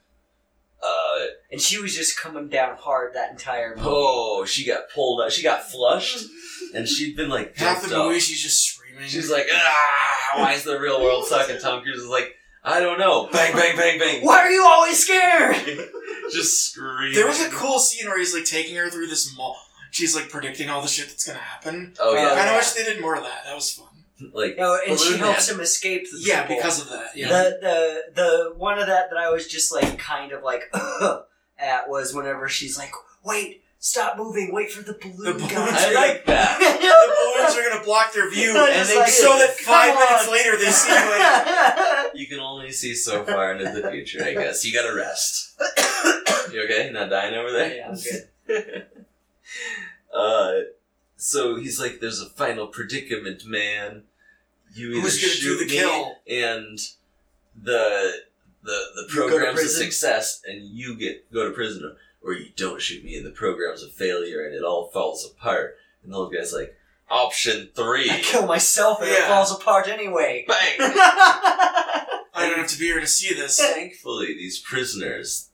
Uh, And she was just coming down hard that entire movie. oh, she got pulled out. She got flushed, and she'd been like Half the doped up. movie, she's just screaming. She's like, ah, why is the real world suck? And Tom Cruise is like, I don't know. Bang, bang, bang, bang. Why are you always scared? Just screaming. There was a cool scene where he's like taking her through this mall. She's like predicting all the shit that's gonna happen. Oh, I yeah. kind yeah. of wish they did more of that. That was fun. Like, No, and she Balloon helps him escape. The Yeah, people. because of that. Yeah. The the the one of that that I was just like kind of like at was whenever she's like, wait, stop moving, wait for the The balloon balloons guy. I are like that. the balloons are gonna block their view, That and is they, like- so that five Come on. minutes later they see like You can only see so far into the future, I guess. You gotta rest. You okay? Not dying over there? Yeah, I'm good. Uh, so he's like, there's a final predicament, man. You either Who's gonna do shoot the me kill? and the the the go to program's a prison? success, and you get go to prison, or you don't shoot me, and the program's a failure, and it all falls apart. And the old guy's like, option three, I kill myself and Yeah. it falls apart anyway. bang. I don't have to be here to see this. Thankfully, these prisoners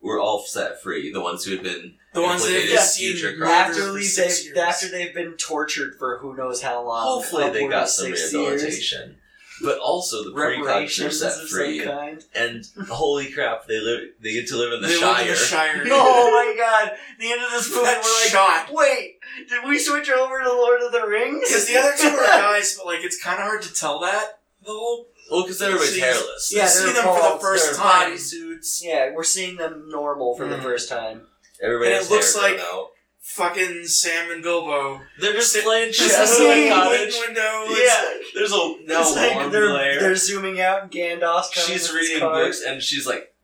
were all set free. The ones who had been The ones that have implicated yeah. in seen future crimes. murder after, for they've, six years. after they've been tortured for who knows how long. Hopefully, they Um, upward got of some six years, rehabilitation. But also, the precogs are reparations of set some free. kind. and holy crap, they live. They get to live in the they Shire. live in the Shire. Oh my god! The end of this movie, we're That like, shot. wait, did we switch over to Lord of the Rings? Because the other two are guys, but like it's kind of hard to tell that the whole. Well, because everybody's hairless. Yeah, you see they're them for the bald, first Their time. bodysuits. Yeah, we're seeing them normal for the Hmm. Mm. first time. Everybody And it has hair looks grown like- out. Fucking Sam and Bilbo. they're just sit- playing Just chess the in sitting the in cottage. window. Yeah, there's a now it's like warm they're layer. they're zooming out, and Gandalf's coming. She's with his reading card. books and she's like,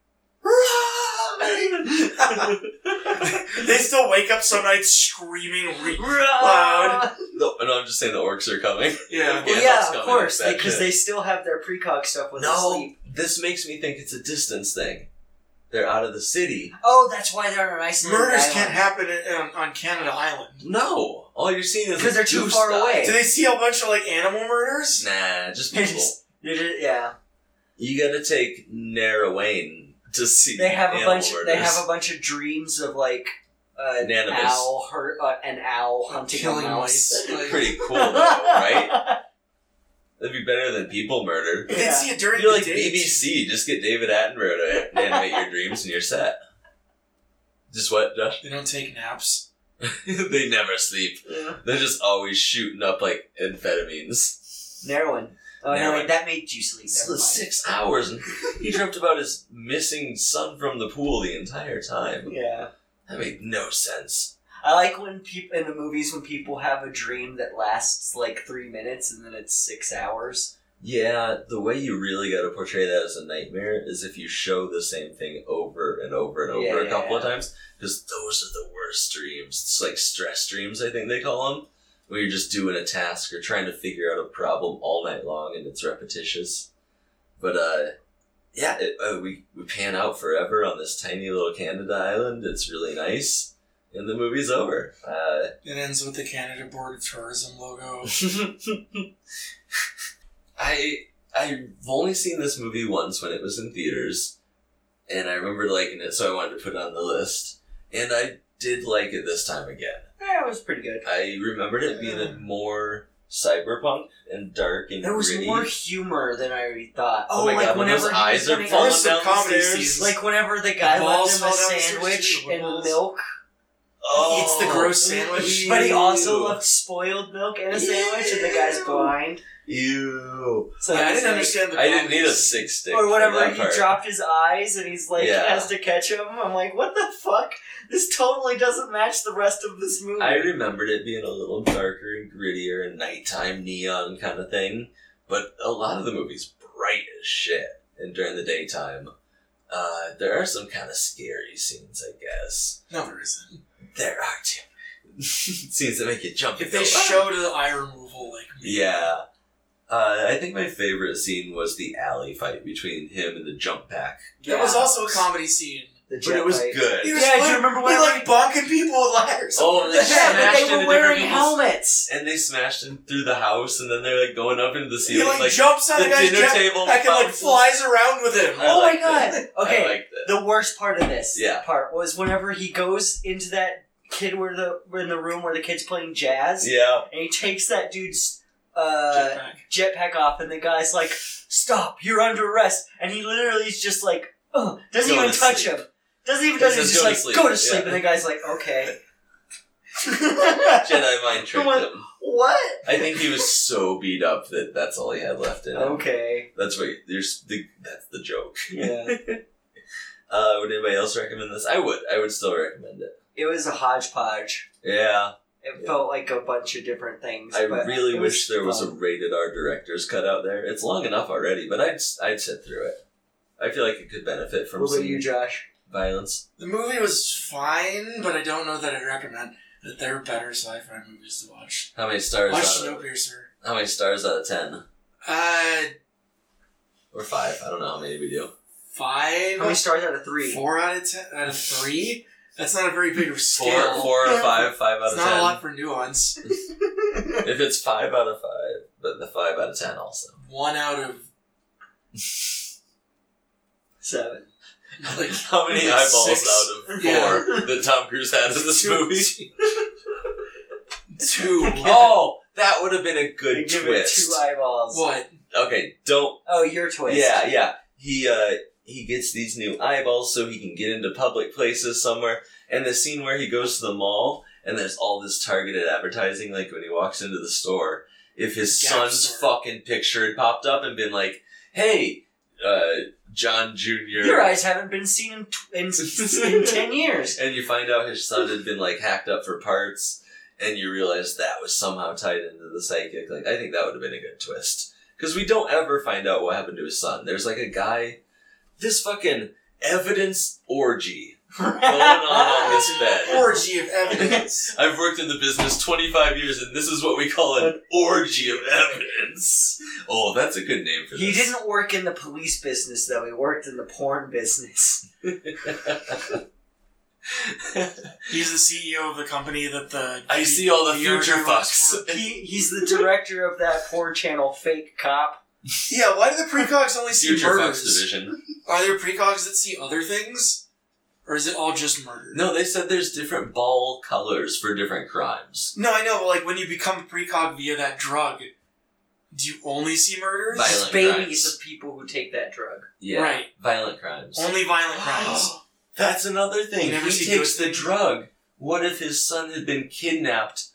they still wake up some nights screaming. Re- Well, no, no, I'm just saying the orcs are coming. yeah. Gandalf's yeah, coming, of course, it's bad because shit. they still have their precog stuff when No, they sleep. this makes me think it's a distance thing. They're out of the city. Oh, that's why they're on an isolated Murders island. can't happen in, um, on Canada Island. No, all you're seeing is Because they're too goose far die. away. Do they see a bunch of like animal murders? Nah, just They're people. just- they're just- yeah, You gotta take Narrowayne to see. they have a animal bunch. They murders. have a bunch of dreams of like uh, an Anonymous. owl, hurt, uh, an owl hunting Killing a mouse. mice. Like, Pretty cool, though, Oh, right? That'd be better than people murder. They Yeah. see it during You're the like day. BBC. Just get David Attenborough to animate your dreams, and you're set. Just what, Josh? They don't take naps. they never sleep. Yeah. They're just always shooting up like amphetamines. Narrowing. Oh no, Narrowing. wait, that made you sleep. It's Never the mind. six hours, and he dreamt about his missing son from the pool the entire time. Yeah. That made no sense. I like when people in the movies when people have a dream that lasts like three minutes and then it's six hours. Yeah, the way you really got to portray that as a nightmare is if you show the same thing over and over and over Yeah, a yeah, couple of yeah. times, because those are the worst dreams. It's like stress dreams, I think they call them, where you're just doing a task or trying to figure out a problem all night long and it's repetitious. But uh, yeah, it, uh, we we pan out forever on this tiny little Canada island. It's really nice, and the movie's over. Uh, It ends with the Canada Board of Tourism logo. I I've only seen this movie once when it was in theaters, and I remember liking it, so I wanted to put it on the list. And I did like it this time again. Yeah, it was pretty good. I remembered it being more cyberpunk and dark and There was gritty. more humor than I already thought. Oh my like God, when those whenever he eyes was are doing- falling There's some down the comedy stairs. scenes. Like whenever the guy The left balls him a fell downstairs sandwich too, the and balls. milk, oh, Eats the gross sandwich. but he also Ew. left spoiled milk and a sandwich, and the guy's Ew. blind. Ew! So Yeah, I he's didn't like- understand the. I didn't need a comedies. six stick. Or for whatever, that he part. dropped his eyes and he's like, Yeah. has to catch him. I'm like, what the fuck? This totally doesn't match the rest of this movie. I remembered it being a little darker and grittier and nighttime neon kind of thing, but a lot of the movie's bright as shit. And during the daytime, uh, there are some kind of scary scenes, I guess. No, there isn't. There are too. scenes that make you jump. and If they go, "Ah!" showed the eye removal, like Yeah. Uh, I think my favorite scene was the alley fight between him and the jump pack. that was also a comedy scene. The But it was jet fight. good. He was Yeah, do you like- remember he, when like bonking people with ladders? Oh, and they Yeah, smashed but they into were wearing different people's- helmets. And they smashed him through the house, and then they're like going up into the he ceiling. like, jumps on the, guy's dinner jet table pack and like bounces. flies around with him. I Oh my liked God. it. Okay. I liked it. The worst part of this Yeah. part was whenever he goes into that kid where the we're in the room where the kid's playing jazz, Yeah. and he takes that dude's uh, Jetpack. jetpack off, and the guy's like, "Stop! You're under arrest!" And he literally is just like, Ugh, doesn't Go even to touch sleep. him. Doesn't even He touch him. says, Just "Go to like sleep." go to sleep, Yeah. and the guy's like, "Okay." Jedi mind tricked What? him. what? I think he was so beat up that that's all he had left in him. Okay. That's what there's the that's the joke. Yeah. Uh, would anybody else recommend this? I would. I would still recommend it. it was a hodgepodge. Yeah. It Yeah. felt like a bunch of different things. I but really it wish there was a fun. rated R director's cut out there. It's long enough already, but I'd I'd sit through it. I feel like it could benefit from What some about you, Josh? violence. The movie was fine, but I don't know that I'd recommend that there are better sci-fi movies to watch. How many stars? Watch Out of, Snowpiercer. how many stars out of ten Uh, or five? I don't know how many we do. five. How many stars out of three? Four out of ten. Out of three. That's not a very big Four, scale. four out of five, five out It's of not ten. a lot for nuance. If it's five out of five, but the five out of ten also. One out of Seven. like How many Like eyeballs six. out of four Yeah. that Tom Cruise had in this Two. movie? two. Oh, that would have been a good They give it twist. two eyeballs. What? okay, don't. Oh, your twist. Yeah, yeah. He uh, he gets these new eyeballs so he can get into public places somewhere. And the scene where he goes to the mall and there's all this targeted advertising, like when he walks into the store. If his Gap son's store. fucking picture had popped up and been like, "Hey, uh, John Junior, Your eyes haven't been seen in, tw- in, in ten years. And you find out his son had been like hacked up for parts, and you realize that was somehow tied into the psychic. Like I think that would have been a good twist because we don't ever find out what happened to his son. There's like a guy, this fucking evidence orgy going on on this bed. Orgy of evidence. I've worked in the business 25 years, and this is what we call an orgy of evidence. Oh, that's a good name for He this. didn't work in the police business though. He worked in the porn business. He's the CEO of the company that the E I see all the the yard future works fucks. He he's the director of that porn channel, Fake Cop. Yeah, why do the precogs only see Future fucks murders? division. Are there precogs that see other things? Or is it all just murder? No, they said there's different ball colors for different crimes. No, I know, but like when you become a precog via that drug, do you only see murders? Violent It's babies crimes. of people who take that drug. Yeah, Right. violent crimes. Only violent crimes. That's another thing. You never he see takes good the things. drug. What if his son had been kidnapped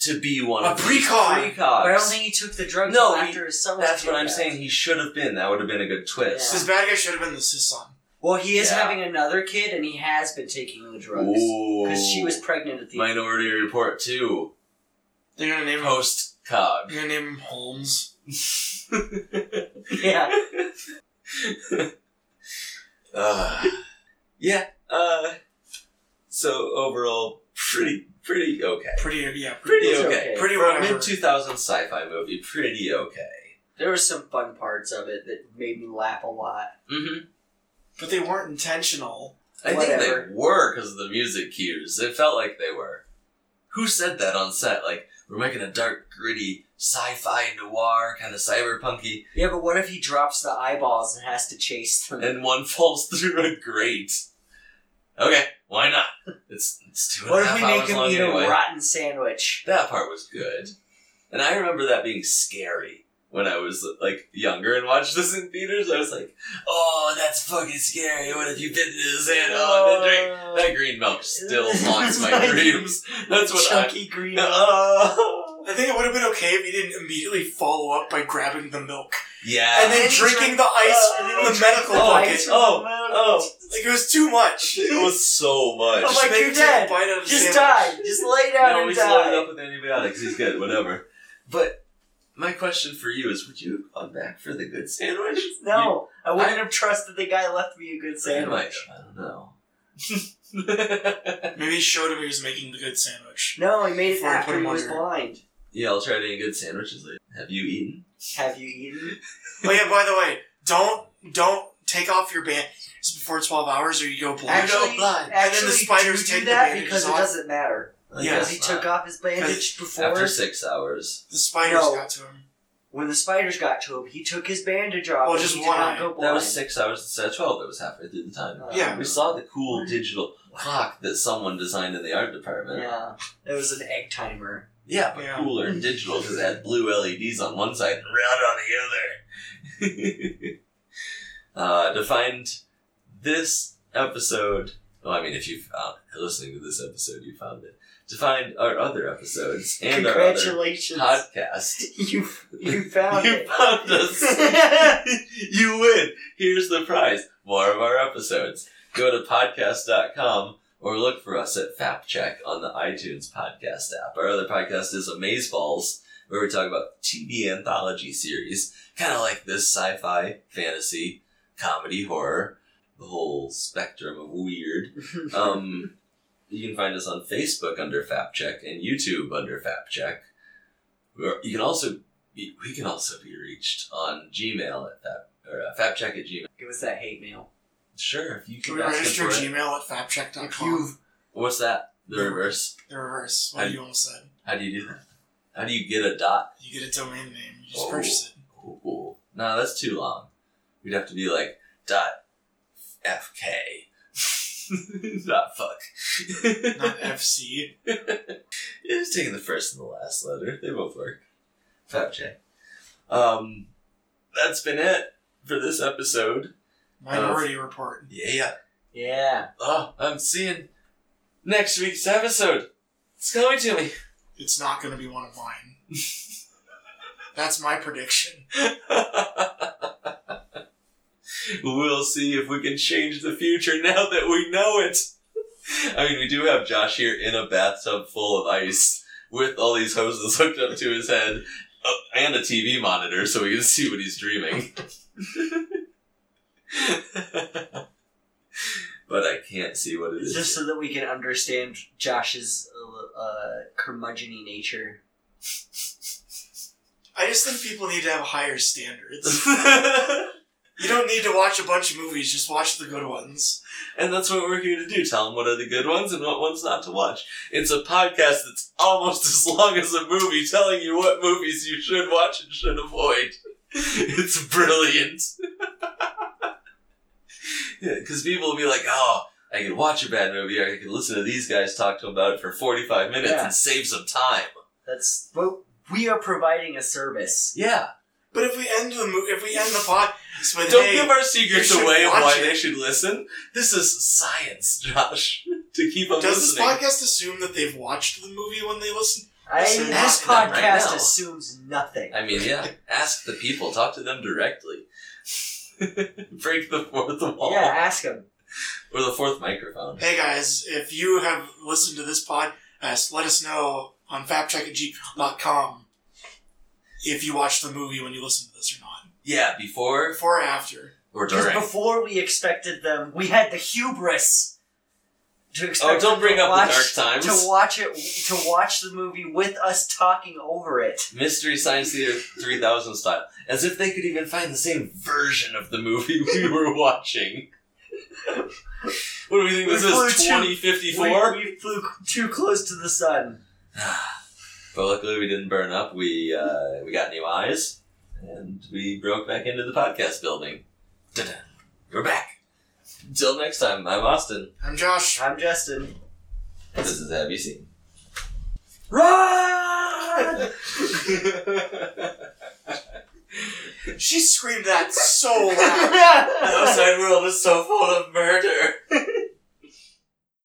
to be one A of these precog. precogs? But I don't think he took the drug No, till he- after his son was That's what I'm kidnapped. saying. He should have been. That would have been a good twist. This bad guy should have been the sis son. Well, he is Yeah. having another kid, and he has been taking the drugs Ooh. because she was pregnant at the end. Minority Report 2. They're gonna name him. Post cog. They're gonna name him Holmes. Yeah, Uh, yeah. Uh, so overall, pretty, pretty okay. Pretty, yeah, Pretty pretty, It's okay. okay. pretty For a whatever. mid 2000s sci fi movie, pretty okay. there were some fun parts of it that made me laugh a lot. Mm-hmm. But they weren't intentional. I think Whatever. they were because of the music cues. It felt like they were. Who said that on set? Like, we're making a dark, gritty sci fi noir, kind of cyberpunky, Yeah, but what if he drops the eyeballs and has to chase them? and one falls through a grate. Okay, why not? It's, it's two and what a if half we make hours him long eat anyway. a rotten sandwich? That part was good. And I remember that being scary when I was like younger and watched this in theaters. I was like, oh, that's fucking scary. What if you bit into this and oh, and that drink? That green milk still haunts my Like, dreams. That's what I. chunky green. Oh. I think it would have been okay if he didn't immediately follow up by grabbing the milk Yeah. and then And he drinking drank- the Oh, ice uh, from he the drank medical the bucket. ice Oh, oh. Like it was too much. It was so much. I'm like, Make "You're him take a dead. bite out of the Just sandwich. die. Just lay down no, and he's die. loaded up with antibiotics. He's good. Whatever. But my question for you is: Would you have gone back for the good sandwich? No, I wouldn't have trusted the guy left me a good sandwich. I don't know. Maybe he showed him he was making the good sandwich. No, he made it Before I put after him he on was there. blind. Yeah, I'll try to eat good sandwiches later. Have you eaten? Have you eaten? Oh yeah, by the way, don't don't take off your band before twelve hours or you go blind. Actually, blind. actually, And then the spiders do take do the that bandages because it off. doesn't matter. I Yeah. guess Because he not. took off his bandage before. after six hours. the spiders No. got to him. When the spiders got to him, he took his bandage off. Well, and just he did one not eye. go Oh, That blind. was six hours instead of twelve. That was halfway through the time. Uh, Yeah. We saw the cool digital clock that someone designed in the art department. Yeah, it was an egg timer. Yeah, but Yeah. cooler and digital because it had blue LEDs on one side and red on the other. uh, to find this episode, well, I mean, if you've uh, listening to this episode, you found it. To find our other episodes and our other Congratulations, podcast, you you found you it. found us. you win. Here's the prize: more of our episodes. Go to podcast.com or look for us at Fap Check on the iTunes podcast app. Our other podcast is Amazeballs, where we talk about TV anthology series, kind of like this sci-fi, fantasy, comedy, horror, the whole spectrum of weird. Um, you can find us on Facebook under Fap Check and YouTube under Fap Check. We're- You can also be, we can also be reached on Gmail at that or uh, fapcheck at Gmail. Give us that hate mail. Sure, if you can Can we ask him register for it. Gmail at If factcheck.com? you What's that? The reverse. The reverse. What I- you almost said. How do you do that? How do you get a dot? You get a domain name. You just Oh. purchase it. Ooh, no, that's too long. We'd have to be like dot fk. dot fuck. Not FC. Yeah, It's taking the first and the last letter. They both work. Fab check. Um, that's been it for this episode. Minority Report. Yeah. yeah, Oh, I'm seeing next week's episode. It's coming to me. It's not going to be one of mine. That's my prediction. we'll see if we can change the future now that we know it. I mean, we do have Josh here in a bathtub full of ice with all these hoses hooked up to his head uh, and a TV monitor so we can see what he's dreaming. but I can't see what it is. just so that we can understand Josh's uh, uh, curmudgeony nature. I just think people need to have higher standards. You don't need to watch a bunch of movies, just watch the good ones. And that's what we're here to do. Tell them what are the good ones and what ones not to watch. It's a podcast that's almost as long as a movie telling you what movies you should watch and should avoid. It's brilliant. Because people will be like, oh, I could watch a bad movie or I could listen to these guys talk to them about it for 45 minutes Yeah. and save some time. That's well, we are providing a service. Yeah. But if we end the mo- if we end the podcast with Don't hey, give our you secrets should away of watch why it. they should listen. This is science, Josh. to keep up does listening. this podcast assume that they've watched the movie when they listen? I, Listen, this ask them podcast right now. assumes nothing. I mean, yeah, ask the people, talk to them directly. Break the fourth wall. Yeah, ask him. Or the fourth microphone. Hey guys, if you have listened to this podcast, let us know on factcheckandgmail.com if you watched the movie when you listened to this or not. Yeah, before Before or after. or Because during. before we expected them, we had the hubris to expect. Oh, don't them bring to up watch, the dark times. To watch it, to watch the movie with us talking over it. Mystery Science Theater 3000 style. As if they could even find the same version of the movie we were watching. what do we think this We flew is? too- 2054? We, we flew too close to the sun. But luckily we didn't burn up. We uh, we got new eyes, and we broke back into the podcast building. Ta-da. We're back. Until next time, I'm Austin. I'm Josh. I'm Justin. This is Have You Seen? Run! She screamed that so loud. The outside world is so full of murder.